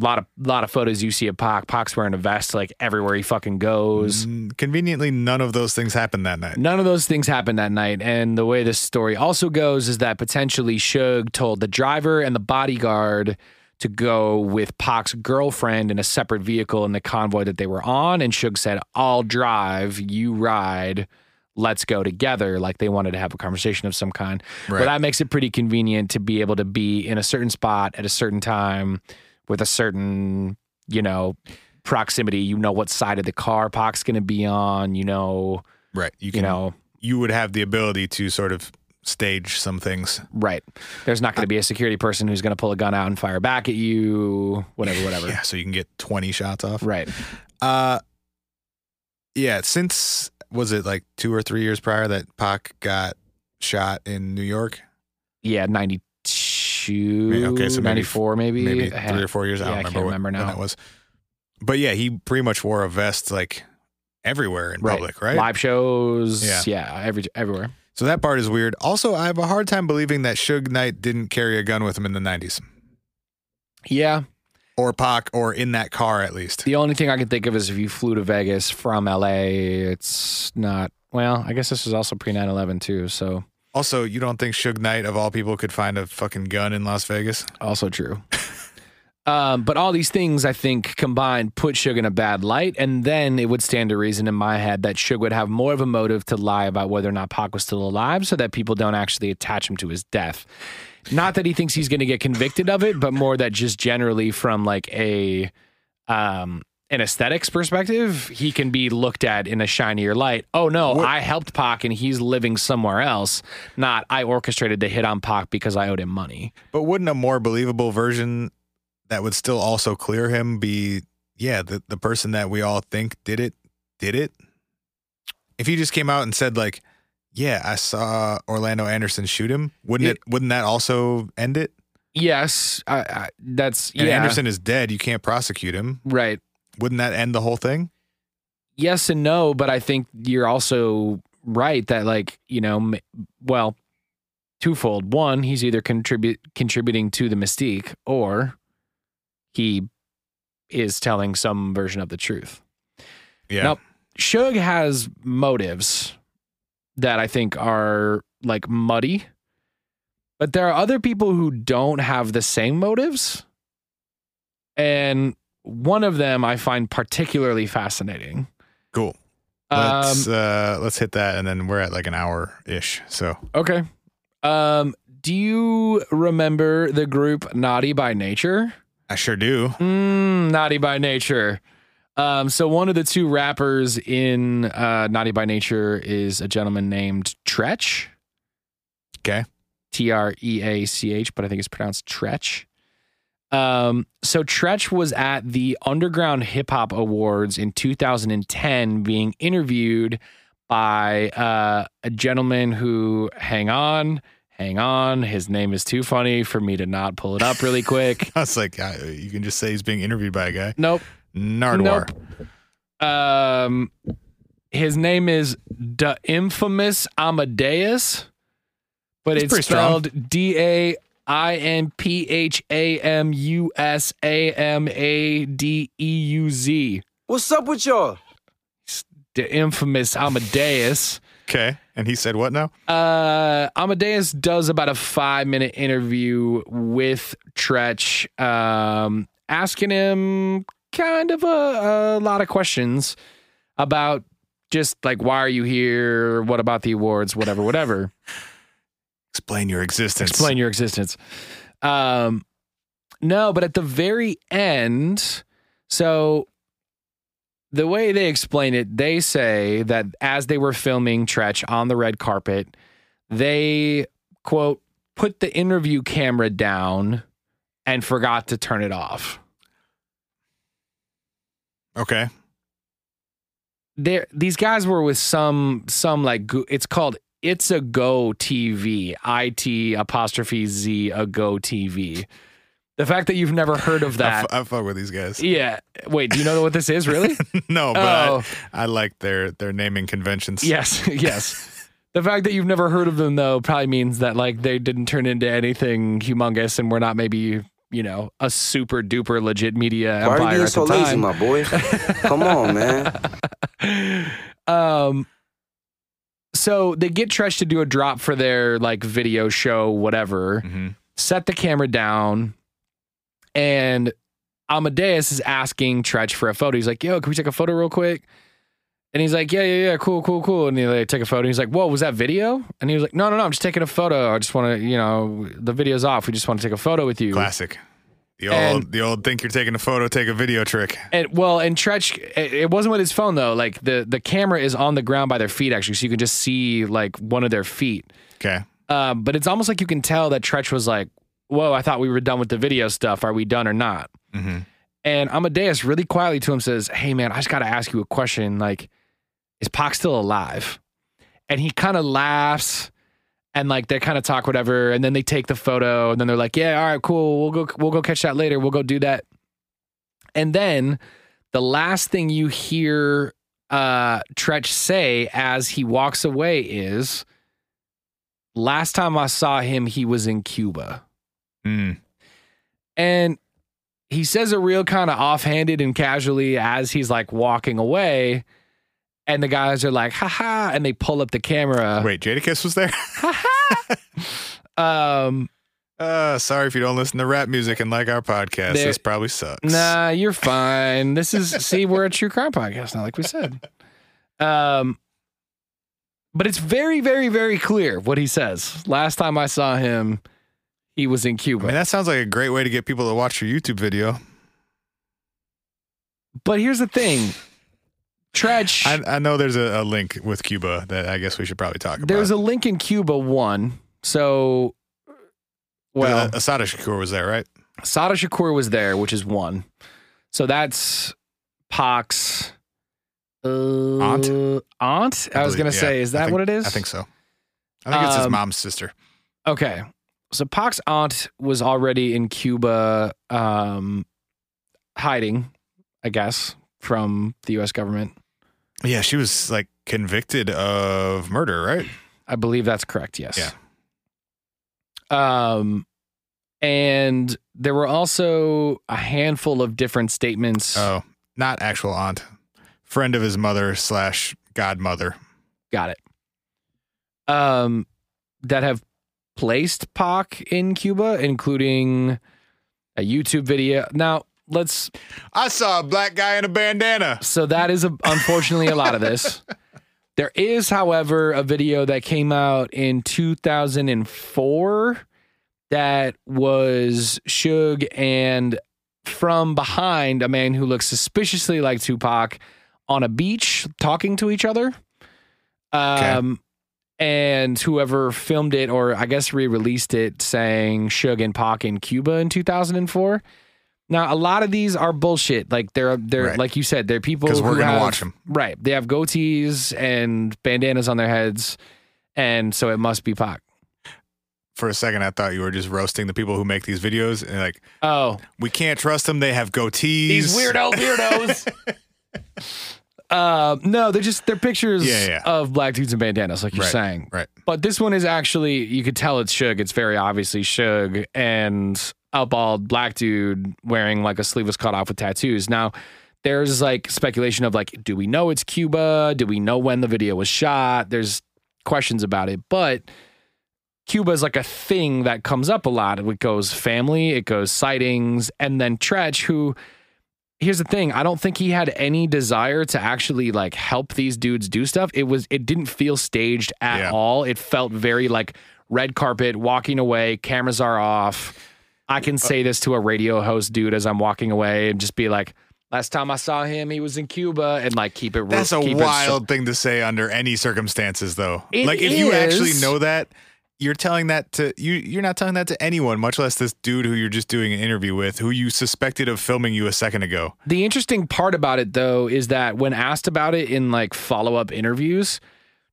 [SPEAKER 3] A lot of lot of photos you see of Pac. Pac's wearing a vest like everywhere he fucking goes.
[SPEAKER 2] Mm, conveniently none of those things happened that night.
[SPEAKER 3] None of those things happened that night. And the way this story also goes is that potentially Suge told the driver and the bodyguard to go with Pac's girlfriend in a separate vehicle in the convoy that they were on. And Suge said, I'll drive, you ride. Let's go together. Like they wanted to have a conversation of some kind. But
[SPEAKER 2] Right.
[SPEAKER 3] that makes it pretty convenient to be able to be in a certain spot at a certain time with a certain, you know, proximity. You know what side of the car Pac's going to be on. You know,
[SPEAKER 2] Right, you
[SPEAKER 3] you
[SPEAKER 2] can
[SPEAKER 3] know,
[SPEAKER 2] you would have the ability to sort of stage some things.
[SPEAKER 3] Right. There's not going to be a security person who's going to pull a gun out and fire back at you, whatever, whatever.
[SPEAKER 2] Yeah, so you can get twenty shots off.
[SPEAKER 3] Right.
[SPEAKER 2] Uh yeah, since was it like two or three years prior that Pac got shot in New York?
[SPEAKER 3] Yeah, 92,
[SPEAKER 2] Maybe- okay, so maybe-
[SPEAKER 3] 94 maybe.
[SPEAKER 2] Maybe
[SPEAKER 3] I had-
[SPEAKER 2] three or four years. I
[SPEAKER 3] yeah,
[SPEAKER 2] don't
[SPEAKER 3] I
[SPEAKER 2] remember,
[SPEAKER 3] can't
[SPEAKER 2] what-
[SPEAKER 3] remember now.
[SPEAKER 2] when that was. But yeah, he pretty much wore a vest like everywhere in public, right?
[SPEAKER 3] Live shows. Yeah.
[SPEAKER 2] Yeah.
[SPEAKER 3] every, everywhere.
[SPEAKER 2] So that part is weird. Also, I have a hard time believing that Suge Knight didn't carry a gun with him in the 90s
[SPEAKER 3] Yeah.
[SPEAKER 2] or Pac or in that car at least.
[SPEAKER 3] The only thing I can think of is if you flew to Vegas from LA, it's not, well, I guess this was also pre 9 11 too. So
[SPEAKER 2] Also, you don't think Suge Knight of all people could find a fucking gun in Las Vegas?
[SPEAKER 3] also true. Um, but all these things, I think, combined put Suge in a bad light, and then it would stand to reason in my head that Suge would have more of a motive to lie about whether or not Pac was still alive, so that people don't actually attach him to his death. Not that he thinks he's going to get convicted of it, but more that just generally from like a um, an aesthetics perspective, he can be looked at in a shinier light. Oh no, I helped Pac and he's living somewhere else. Not I orchestrated the hit on Pac because I owed him money.
[SPEAKER 2] But wouldn't a more believable version that would still also clear him be, yeah, the, the person that we all think did it, did it? If he just came out and said, like, yeah, I saw Orlando Anderson shoot him, wouldn't it, wouldn't that also end it?
[SPEAKER 3] Yes, I, I, that's
[SPEAKER 2] And
[SPEAKER 3] yeah,
[SPEAKER 2] Anderson is dead, you can't prosecute him.
[SPEAKER 3] right.
[SPEAKER 2] Wouldn't that end the whole thing?
[SPEAKER 3] yes and no, but I think you're also right that like you know, m- well, twofold. One, he's either contribute contributing to the mystique, or he is telling some version of the truth.
[SPEAKER 2] Yeah.
[SPEAKER 3] Nope. Suge has motives that I think are like muddy, but there are other people who don't have the same motives, and one of them I find particularly fascinating.
[SPEAKER 2] Cool. Let's
[SPEAKER 3] Um,
[SPEAKER 2] uh let's hit that and then we're at like an hour ish. So
[SPEAKER 3] Okay. Um, do you remember the group Naughty by Nature?
[SPEAKER 2] I sure do.
[SPEAKER 3] Mm, Naughty by Nature. Um, so one of the two rappers in uh, Naughty by Nature is a gentleman named Tretch.
[SPEAKER 2] Okay.
[SPEAKER 3] T R E A C H, but I think it's pronounced Tretch. Um, so Tretch was at the Underground Hip Hop Awards in 2010 being interviewed by uh, a gentleman who, hang on, hang on, his name is too funny for me to not pull it up really quick.
[SPEAKER 2] I was like, I, you can just say he's being interviewed by a guy.
[SPEAKER 3] nope.
[SPEAKER 2] Nardwar.
[SPEAKER 3] Um, his name is the infamous Amadeus, but
[SPEAKER 2] That's
[SPEAKER 3] it's
[SPEAKER 2] pretty strong.
[SPEAKER 3] spelled D A I N P H A M U S A M A D E U Z.
[SPEAKER 1] What's up with y'all?
[SPEAKER 3] The infamous Amadeus.
[SPEAKER 2] Okay. And he said what now?
[SPEAKER 3] Uh, Amadeus does about a five minute interview with Tretch, um, asking him kind of a, a lot of questions about just like, why are you here? What about the awards? Whatever, whatever.
[SPEAKER 2] Explain your existence.
[SPEAKER 3] Explain your existence. Um, no, but at the very end, so the way they explain it, they say that as they were filming Tretch on the red carpet, they quote put the interview camera down and forgot to turn it off.
[SPEAKER 2] Okay.
[SPEAKER 3] There, these guys were with some some like go- it's called it's a go TV I T apostrophe Z a go TV. The fact that you've never heard of
[SPEAKER 2] I,
[SPEAKER 3] that,
[SPEAKER 2] f- I fuck with these guys.
[SPEAKER 3] yeah. Wait, do you know what this is really?
[SPEAKER 2] no, but
[SPEAKER 3] Oh.
[SPEAKER 2] I, I like their their naming conventions.
[SPEAKER 3] Yes, yes. The fact that you've never heard of them though probably means that like they didn't turn into anything humongous and we're not maybe, you know, a super duper legit media
[SPEAKER 10] Why are you
[SPEAKER 3] empire
[SPEAKER 10] being
[SPEAKER 3] at
[SPEAKER 10] so
[SPEAKER 3] the
[SPEAKER 10] lazy,
[SPEAKER 3] time.
[SPEAKER 10] my boy? Come on, man.
[SPEAKER 3] um so they get Tresh to do a drop for their like video show whatever.
[SPEAKER 2] Mhm.
[SPEAKER 3] set the camera down and Amadeus is asking Tretch for a photo. He's like, yo, can we take a photo real quick? And he's like, yeah, yeah, yeah, cool, cool, cool. And they like, take a photo. He's like, whoa, was that video? And he was like, no, no, no, I'm just taking a photo. I just want to, you know, the video's off. We just want to take a photo with you.
[SPEAKER 2] Classic. The
[SPEAKER 3] And-
[SPEAKER 2] old the old think you're taking a photo, take a video trick.
[SPEAKER 3] And well, and Tretch, it, it wasn't with his phone though. Like the the camera is on the ground by their feet actually, so you can just see like one of their feet.
[SPEAKER 2] Okay.
[SPEAKER 3] Um, but it's almost like you can tell that Tretch was like, whoa, I thought we were done with the video stuff. Are we done or not?
[SPEAKER 2] hmm
[SPEAKER 3] And Amadeus really quietly to him says, Hey man, I just gotta ask you a question. Like, is Pac still alive? And he kind of laughs and like they kind of talk whatever. And then they take the photo and then they're like, Yeah, all right, cool. We'll go we'll go catch that later. We'll go do that. And then the last thing you hear uh Tretch say as he walks away is last time I saw him, he was in Cuba.
[SPEAKER 2] Mm.
[SPEAKER 3] And he says it real kind of offhanded and casually as he's like walking away. And the guys are like, "Ha ha!" Uh. and they pull up the camera.
[SPEAKER 2] Wait, Jadakiss was there?
[SPEAKER 3] Ha ha. Um,
[SPEAKER 2] Uh, sorry if you don't listen to rap music and like our podcast.
[SPEAKER 3] There-
[SPEAKER 2] this probably sucks.
[SPEAKER 3] Nah, you're fine. This is see, we're a true crime podcast now, like we said. Um, but it's very, very, very clear what he says. Last time I saw him, he was in
[SPEAKER 2] I
[SPEAKER 3] Cuba.
[SPEAKER 2] mean, that sounds like a great way to get people to watch your YouTube video.
[SPEAKER 3] but here's the thing, Tretch.
[SPEAKER 2] I, I know there's a, a link with Cuba that I guess we should probably talk about. Uh,
[SPEAKER 3] There was a link in Cuba one. So, well,
[SPEAKER 2] Uh, Asada Shakur was there, right?
[SPEAKER 3] Sada Shakur was there, which is one. So that's Pox. Uh,
[SPEAKER 2] Aunt?
[SPEAKER 3] Aunt? I, was
[SPEAKER 2] believe-
[SPEAKER 3] going to
[SPEAKER 2] yeah,
[SPEAKER 3] say, is
[SPEAKER 2] I
[SPEAKER 3] that
[SPEAKER 2] think-
[SPEAKER 3] what it is?
[SPEAKER 2] I think so. I think it's his
[SPEAKER 3] Um,
[SPEAKER 2] mom's sister.
[SPEAKER 3] Okay. So Pac's aunt was already in Cuba um, hiding, I guess, from the US government.
[SPEAKER 2] Yeah, she was like convicted of murder, right?
[SPEAKER 3] I believe that's correct. Yes. Um, and there were also a handful of different statements.
[SPEAKER 2] Oh, not actual aunt, friend of his mother slash godmother.
[SPEAKER 3] Got it. Um, that have placed Pac in Cuba, including a YouTube video. Now, let's
[SPEAKER 2] I saw a black guy in a bandana.
[SPEAKER 3] So that is a, unfortunately a lot of this. There is, however, a video that came out in 2004 that was Suge and from behind a man who looks suspiciously like Tupac on a beach talking to each other. Um, And whoever filmed it, or I guess re released it, saying Suge and Pac in Cuba in 2004. Now, a lot of these are bullshit. Like, they're, they're
[SPEAKER 2] Right.
[SPEAKER 3] like you said, they're people
[SPEAKER 2] 'Cause we're
[SPEAKER 3] who
[SPEAKER 2] gonna
[SPEAKER 3] have-
[SPEAKER 2] watch 'em.
[SPEAKER 3] Right. They have goatees and bandanas on their heads. And so it must be Pac.
[SPEAKER 2] For a second, I thought you were just roasting the people who make these videos and like,
[SPEAKER 3] Oh,
[SPEAKER 2] we can't trust them. They have goatees.
[SPEAKER 3] these weirdo weirdos. Uh, no, they're just they're pictures
[SPEAKER 2] Yeah, yeah.
[SPEAKER 3] of black dudes in bandanas, like you're
[SPEAKER 2] Right,
[SPEAKER 3] saying.
[SPEAKER 2] right.
[SPEAKER 3] But this one is actually you could tell it's Suge. It's very obviously Suge and a bald black dude wearing like a sleeve was cut off with tattoos. Now there's like speculation of like, do we know it's Cuba? Do we know when the video was shot? There's questions about it, but Cuba is like a thing that comes up a lot. It goes family, it goes sightings, and then Tretch, who here's the thing, I don't think he had any desire to actually like help these dudes do stuff. It was it didn't feel staged at
[SPEAKER 2] Yeah.
[SPEAKER 3] all. It felt very like red carpet, walking away, cameras are off. I can say this to a radio host dude as I'm walking away and just be like, last time I saw him, he was in Cuba and like keep it real-
[SPEAKER 2] That's a
[SPEAKER 3] keep it so-
[SPEAKER 2] wild thing to say under any circumstances, though.
[SPEAKER 3] It
[SPEAKER 2] like if you actually
[SPEAKER 3] is.
[SPEAKER 2] know that, you're telling that to you. You're not telling that to anyone, much less this dude who you're just doing an interview with, who you suspected of filming you a second ago.
[SPEAKER 3] The interesting part about it, though, is that when asked about it in like follow up interviews,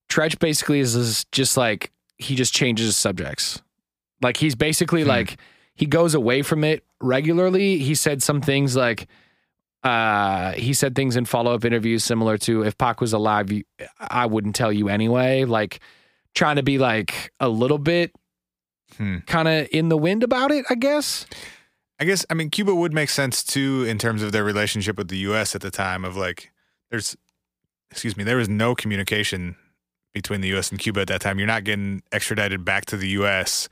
[SPEAKER 3] Tretch basically is, is just like he just changes subjects. Like he's basically like he goes away from it regularly. He said some things like uh he said things in follow-up interviews similar to if Pac was alive you, I wouldn't tell you anyway like trying to be like a little bit
[SPEAKER 2] Hmm.
[SPEAKER 3] kind of in the wind about it I guess
[SPEAKER 2] I guess I mean Cuba would make sense too in terms of their relationship with the U.S. at the time of like there's excuse me there was no communication between the U.S. and Cuba at that time. You're not getting extradited back to the U.S.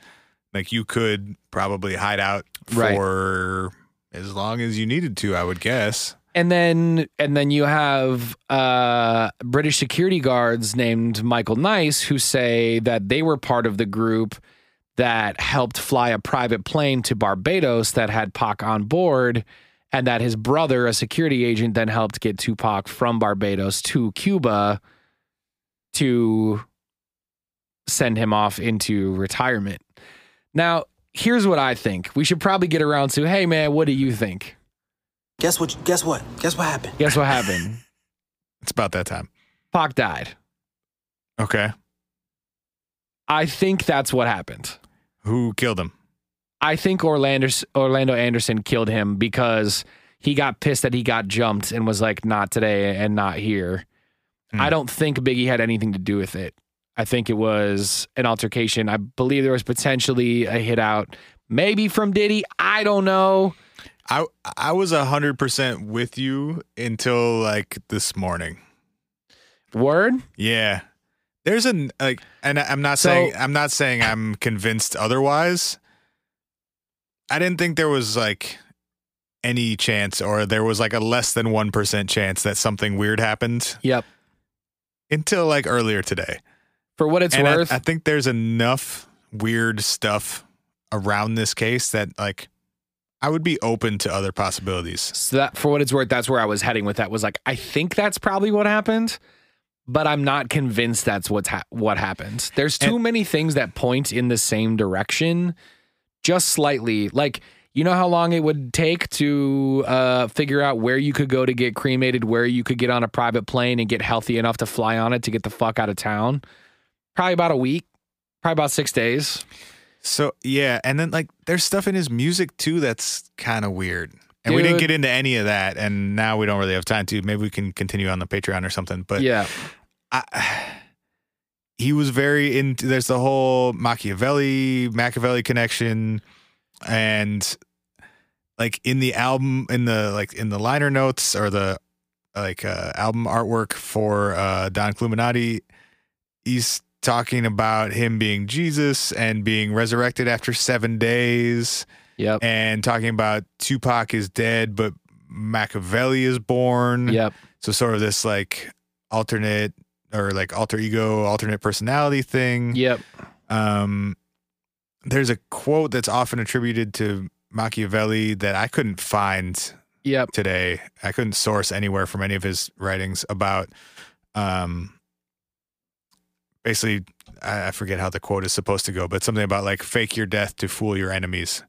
[SPEAKER 2] Like you could probably hide out
[SPEAKER 3] Right.
[SPEAKER 2] for as long as you needed to, I would guess.
[SPEAKER 3] And then and then you have uh, British security guards named Michael Nice who say that they were part of the group that helped fly a private plane to Barbados that had Pac on board and that his brother, a security agent, then helped get Tupac from Barbados to Cuba to send him off into retirement. Now, here's what I think. We should probably get around to, hey man, what do you think?
[SPEAKER 10] Guess what? Guess what? Guess what happened?
[SPEAKER 3] Guess what happened?
[SPEAKER 2] It's about that time.
[SPEAKER 3] Pac died.
[SPEAKER 2] Okay,
[SPEAKER 3] I think that's what happened.
[SPEAKER 2] who killed him?
[SPEAKER 3] I think Orlando Orlando Anderson killed him because he got pissed that he got jumped and was like, "Not today and not here."
[SPEAKER 2] Hmm.
[SPEAKER 3] I don't think Biggie had anything to do with it. I think it was an altercation. I believe there was potentially a hit out, maybe from Diddy. I don't know.
[SPEAKER 2] I I was hundred percent with you until like this morning.
[SPEAKER 3] Word.
[SPEAKER 2] Yeah. There's an like and I- I'm not
[SPEAKER 3] So-
[SPEAKER 2] saying I'm not saying I'm convinced otherwise, I didn't think there was like any chance or there was like a less than 1% chance that something weird happened.
[SPEAKER 3] Yep.
[SPEAKER 2] Until like earlier today.
[SPEAKER 3] For what it's
[SPEAKER 2] And I-
[SPEAKER 3] worth,
[SPEAKER 2] I, think there's enough weird stuff around this case that like I would be open to other possibilities.
[SPEAKER 3] So that for what it's worth, that's where I was heading with that was like I think that's probably what happened, but I'm not convinced that's what's ha- what happened. There's too many things that point in the same direction just slightly. Like you know how long it would take to uh, figure out where you could go to get cremated, where you could get on a private plane and get healthy enough to fly on it to get the fuck out of town? Probably about a week, probably about 6 days.
[SPEAKER 2] So yeah, and then like there's stuff in his music too that's kind of weird. And we didn't
[SPEAKER 3] Dude.
[SPEAKER 2] get into any of that and now we don't really have time to. Maybe we can continue on the Patreon or something, but
[SPEAKER 3] yeah.
[SPEAKER 2] he was very into there's the whole Machiavelli Machiavelli connection and like in the album in the like in the liner notes or the like uh album artwork for uh Don Cluminati he's talking about him being Jesus and being resurrected after 7 days
[SPEAKER 3] Yep.
[SPEAKER 2] and talking about Tupac is dead but Machiavelli is born
[SPEAKER 3] Yep.
[SPEAKER 2] so sort of this like alternate or like alter ego, alternate personality thing.
[SPEAKER 3] Yep.
[SPEAKER 2] Um, there's a quote that's often attributed to Machiavelli that I couldn't find
[SPEAKER 3] Yep.
[SPEAKER 2] today. I couldn't source anywhere from any of his writings about um basically I I forget how the quote is supposed to go, but something about like fake your death to fool your enemies.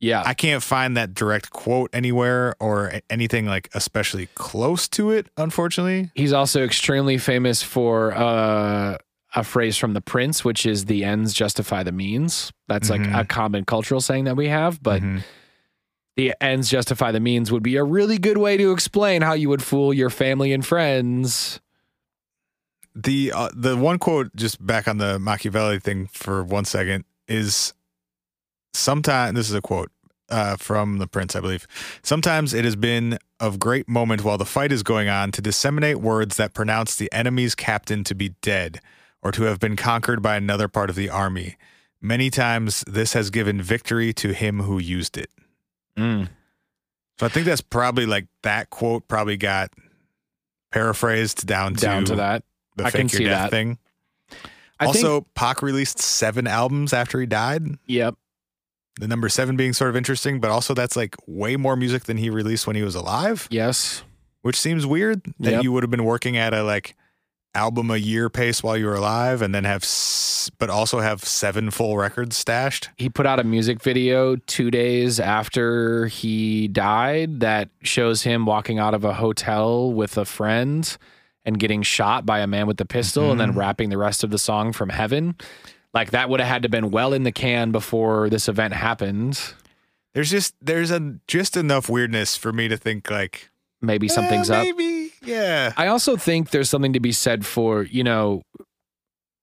[SPEAKER 3] Yeah.
[SPEAKER 2] I can't find that direct quote anywhere or a- anything like especially close to it, unfortunately.
[SPEAKER 3] He's also extremely famous for uh, a phrase from The Prince, which is "the ends justify the means." That's
[SPEAKER 2] Mhm.
[SPEAKER 3] like a common cultural saying that we have, but
[SPEAKER 2] Mhm.
[SPEAKER 3] the ends justify the means would be a really good way to explain how you would fool your family and friends.
[SPEAKER 2] the uh, the one quote just back on the Machiavelli thing for one second is sometimes this is a quote uh, from the prince I believe sometimes it has been of great moment while the fight is going on to disseminate words that pronounce the enemy's captain to be dead or to have been conquered by another part of the army many times this has given victory to him who used it so I think that's probably like that quote probably got paraphrased down to
[SPEAKER 3] Down to that,
[SPEAKER 2] the
[SPEAKER 3] I can
[SPEAKER 2] fake your
[SPEAKER 3] see
[SPEAKER 2] death
[SPEAKER 3] that.
[SPEAKER 2] thing
[SPEAKER 3] I
[SPEAKER 2] also,
[SPEAKER 3] think,
[SPEAKER 2] Pac released seven albums after he died.
[SPEAKER 3] yep,
[SPEAKER 2] The number seven being sort of interesting, but also that's like way more music than he released when he was alive,
[SPEAKER 3] yes,
[SPEAKER 2] which seems weird that
[SPEAKER 3] Yep.
[SPEAKER 2] you would have been working at a like album a year pace while you were alive and then have, s- but also have seven full records stashed.
[SPEAKER 3] he put out a music video two days after he died that shows him walking out of a hotel with a friend and getting shot by a man with a pistol and then rapping the rest of the song from heaven. Like that would have had to been well in the can before this event happened.
[SPEAKER 2] There's just, there's a, just enough weirdness for me to think like,
[SPEAKER 3] Maybe
[SPEAKER 2] eh,
[SPEAKER 3] something's up.
[SPEAKER 2] Maybe, yeah.
[SPEAKER 3] I also think there's something to be said for, you know,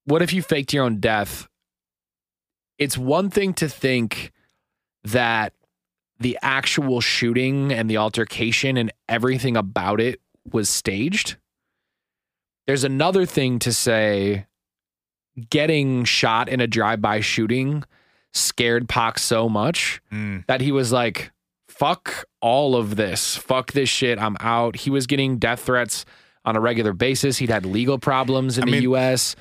[SPEAKER 3] what if you faked your own death? It's one thing to think that the actual shooting and the altercation and everything about it was staged. There's another thing to say getting shot in a drive-by shooting scared Pac so much
[SPEAKER 2] Mm.
[SPEAKER 3] that he was like, fuck all of this. Fuck this shit. I'm out. He was getting death threats on a regular basis. He'd had legal problems in
[SPEAKER 2] I
[SPEAKER 3] the
[SPEAKER 2] mean-
[SPEAKER 3] US.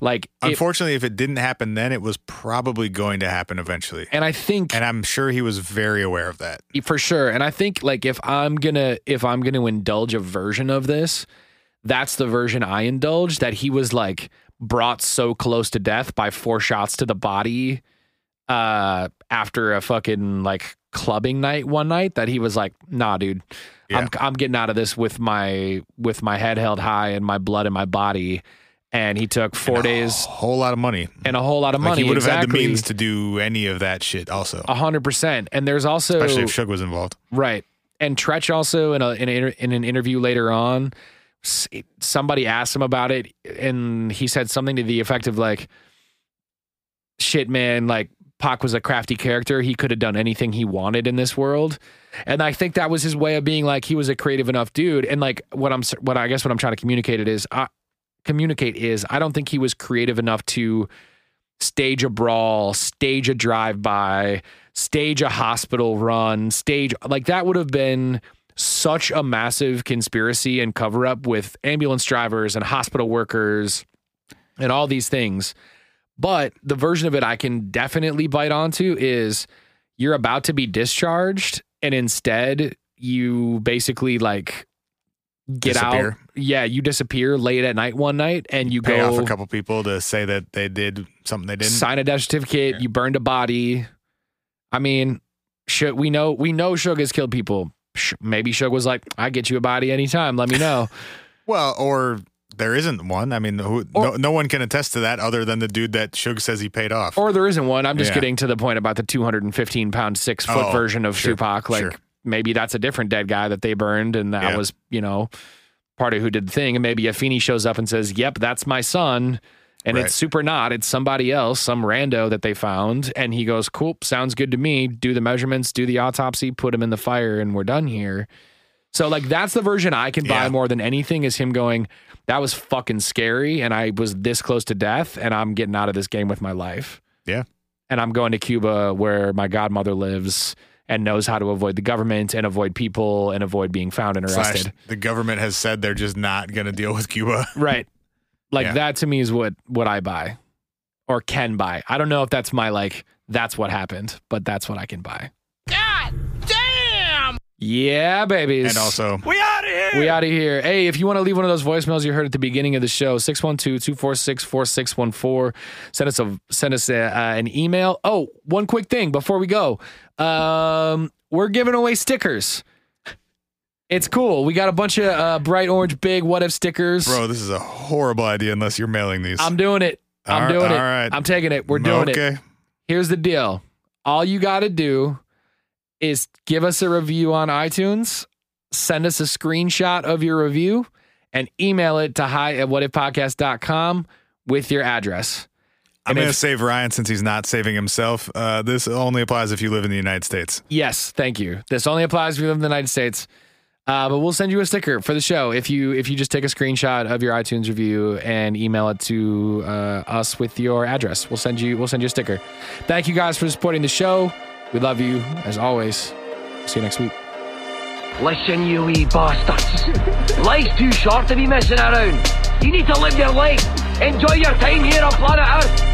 [SPEAKER 3] Like, it,
[SPEAKER 2] Unfortunately, if it didn't happen then, it was probably going to happen eventually.
[SPEAKER 3] and I think
[SPEAKER 2] And I'm sure he was very aware of that.
[SPEAKER 3] for sure. And I think like if I'm gonna if I'm gonna indulge a version of this, that's the version I indulge that he was like brought so close to death by four shots to the body uh after a fucking like clubbing night one night that he was like, nah, dude, I'm I'm getting out of this with my with my head held high and my blood in my body. And he took four days
[SPEAKER 2] A whole lot of money.
[SPEAKER 3] and a whole lot of
[SPEAKER 2] Like,
[SPEAKER 3] money.
[SPEAKER 2] he would have had
[SPEAKER 3] exactly. Oh.
[SPEAKER 2] the means to do any of that shit also.
[SPEAKER 3] a hundred percent. And there's also
[SPEAKER 2] Especially if Shug was involved.
[SPEAKER 3] Right. And Tretch also in a in, a, in an interview later on, s- somebody asked him about it, and he said something to the effect of like, "Shit, man! Like Pac was a crafty character. He could have done anything he wanted in this world." And I think that was his way of being like he was a creative enough dude. And like what I'm s- what I guess what I'm trying to communicate it is I communicate is I don't think he was creative enough to stage a brawl, stage a drive by, stage a hospital run, stage like that would have been such a massive conspiracy and cover up with ambulance drivers and hospital workers and all these things. But the version of it I can definitely bite onto is you're about to be discharged and instead you basically like get
[SPEAKER 2] Disappear.
[SPEAKER 3] out. Yeah, you disappear late at night one night and you
[SPEAKER 2] Pay
[SPEAKER 3] go
[SPEAKER 2] off a couple people to say that they did something they didn't.
[SPEAKER 3] sign a death certificate. You burned a body. I mean, should we know we know Suge has killed people. Sh- Maybe Suge was like, "I get you a body anytime. Let me know."
[SPEAKER 2] Well, or there isn't one. I mean, who, no, no one can attest to that other than the dude that Suge says he paid off.
[SPEAKER 3] or there isn't one. I'm just
[SPEAKER 2] Yeah.
[SPEAKER 3] getting to the point about the 215 pound six foot
[SPEAKER 2] Oh,
[SPEAKER 3] version of
[SPEAKER 2] sure,
[SPEAKER 3] Tupac. Like
[SPEAKER 2] sure.
[SPEAKER 3] maybe that's a different dead guy that they burned, and that
[SPEAKER 2] Yeah.
[SPEAKER 3] was you know part of who did the thing. And maybe Afeni shows up and says, "Yep, that's my son." And
[SPEAKER 2] Right.
[SPEAKER 3] it's super not. It's somebody else, some rando that they found. And he goes, Cool, sounds good to me. Do the measurements, do the autopsy, put him in the fire, and we're done here. So like that's the version I can buy
[SPEAKER 2] Yeah.
[SPEAKER 3] more than anything is him going, that was fucking scary and I was this close to death and I'm getting out of this game with my life.
[SPEAKER 2] Yeah.
[SPEAKER 3] And I'm going to Cuba where my godmother lives and knows how to avoid the government and avoid people and avoid being found and
[SPEAKER 2] Slash,
[SPEAKER 3] arrested.
[SPEAKER 2] the government has said they're just not going to deal with Cuba.
[SPEAKER 3] Right. Like
[SPEAKER 2] Yeah.
[SPEAKER 3] that to me is what what I buy or can buy. I don't know if that's my like that's what happened, but that's what I can buy.
[SPEAKER 1] God damn!
[SPEAKER 3] Yeah, babies.
[SPEAKER 2] And also,
[SPEAKER 1] We out of here!
[SPEAKER 3] We out of here. Hey, if you want to leave one of those voicemails you heard at the beginning of the show, 612-246-4614. Send us a send us a, uh, an email. Oh, one quick thing before we go. Um, we're giving away stickers. It's cool. We got a bunch of uh, bright orange big what if stickers.
[SPEAKER 2] bro, this is a horrible idea unless you're mailing these.
[SPEAKER 3] I'm doing it. I'm
[SPEAKER 2] All-
[SPEAKER 3] doing it.
[SPEAKER 2] all right.
[SPEAKER 3] I'm taking it. We're doing it.
[SPEAKER 2] okay.
[SPEAKER 3] Here's the deal. All you got to do is give us a review on iTunes, send us a screenshot of your review, and email it to hi at whatifpodcast.com with your address.
[SPEAKER 2] I'm
[SPEAKER 3] And
[SPEAKER 2] going to
[SPEAKER 3] if-
[SPEAKER 2] save Ryan since he's not saving himself. Uh, this only applies if you live in the United States.
[SPEAKER 3] Yes, thank you. This only applies if you live in the United States. Uh, but we'll send you a sticker for the show if you if you just take a screenshot of your iTunes review and email it to uh, us with your address. We'll send you we'll send you a sticker. Thank you guys for supporting the show. We love you as always. See you next week.
[SPEAKER 11] Listen, you wee bastards. Life's too short to be messing around. You need to live your life. Enjoy your time here on planet Earth.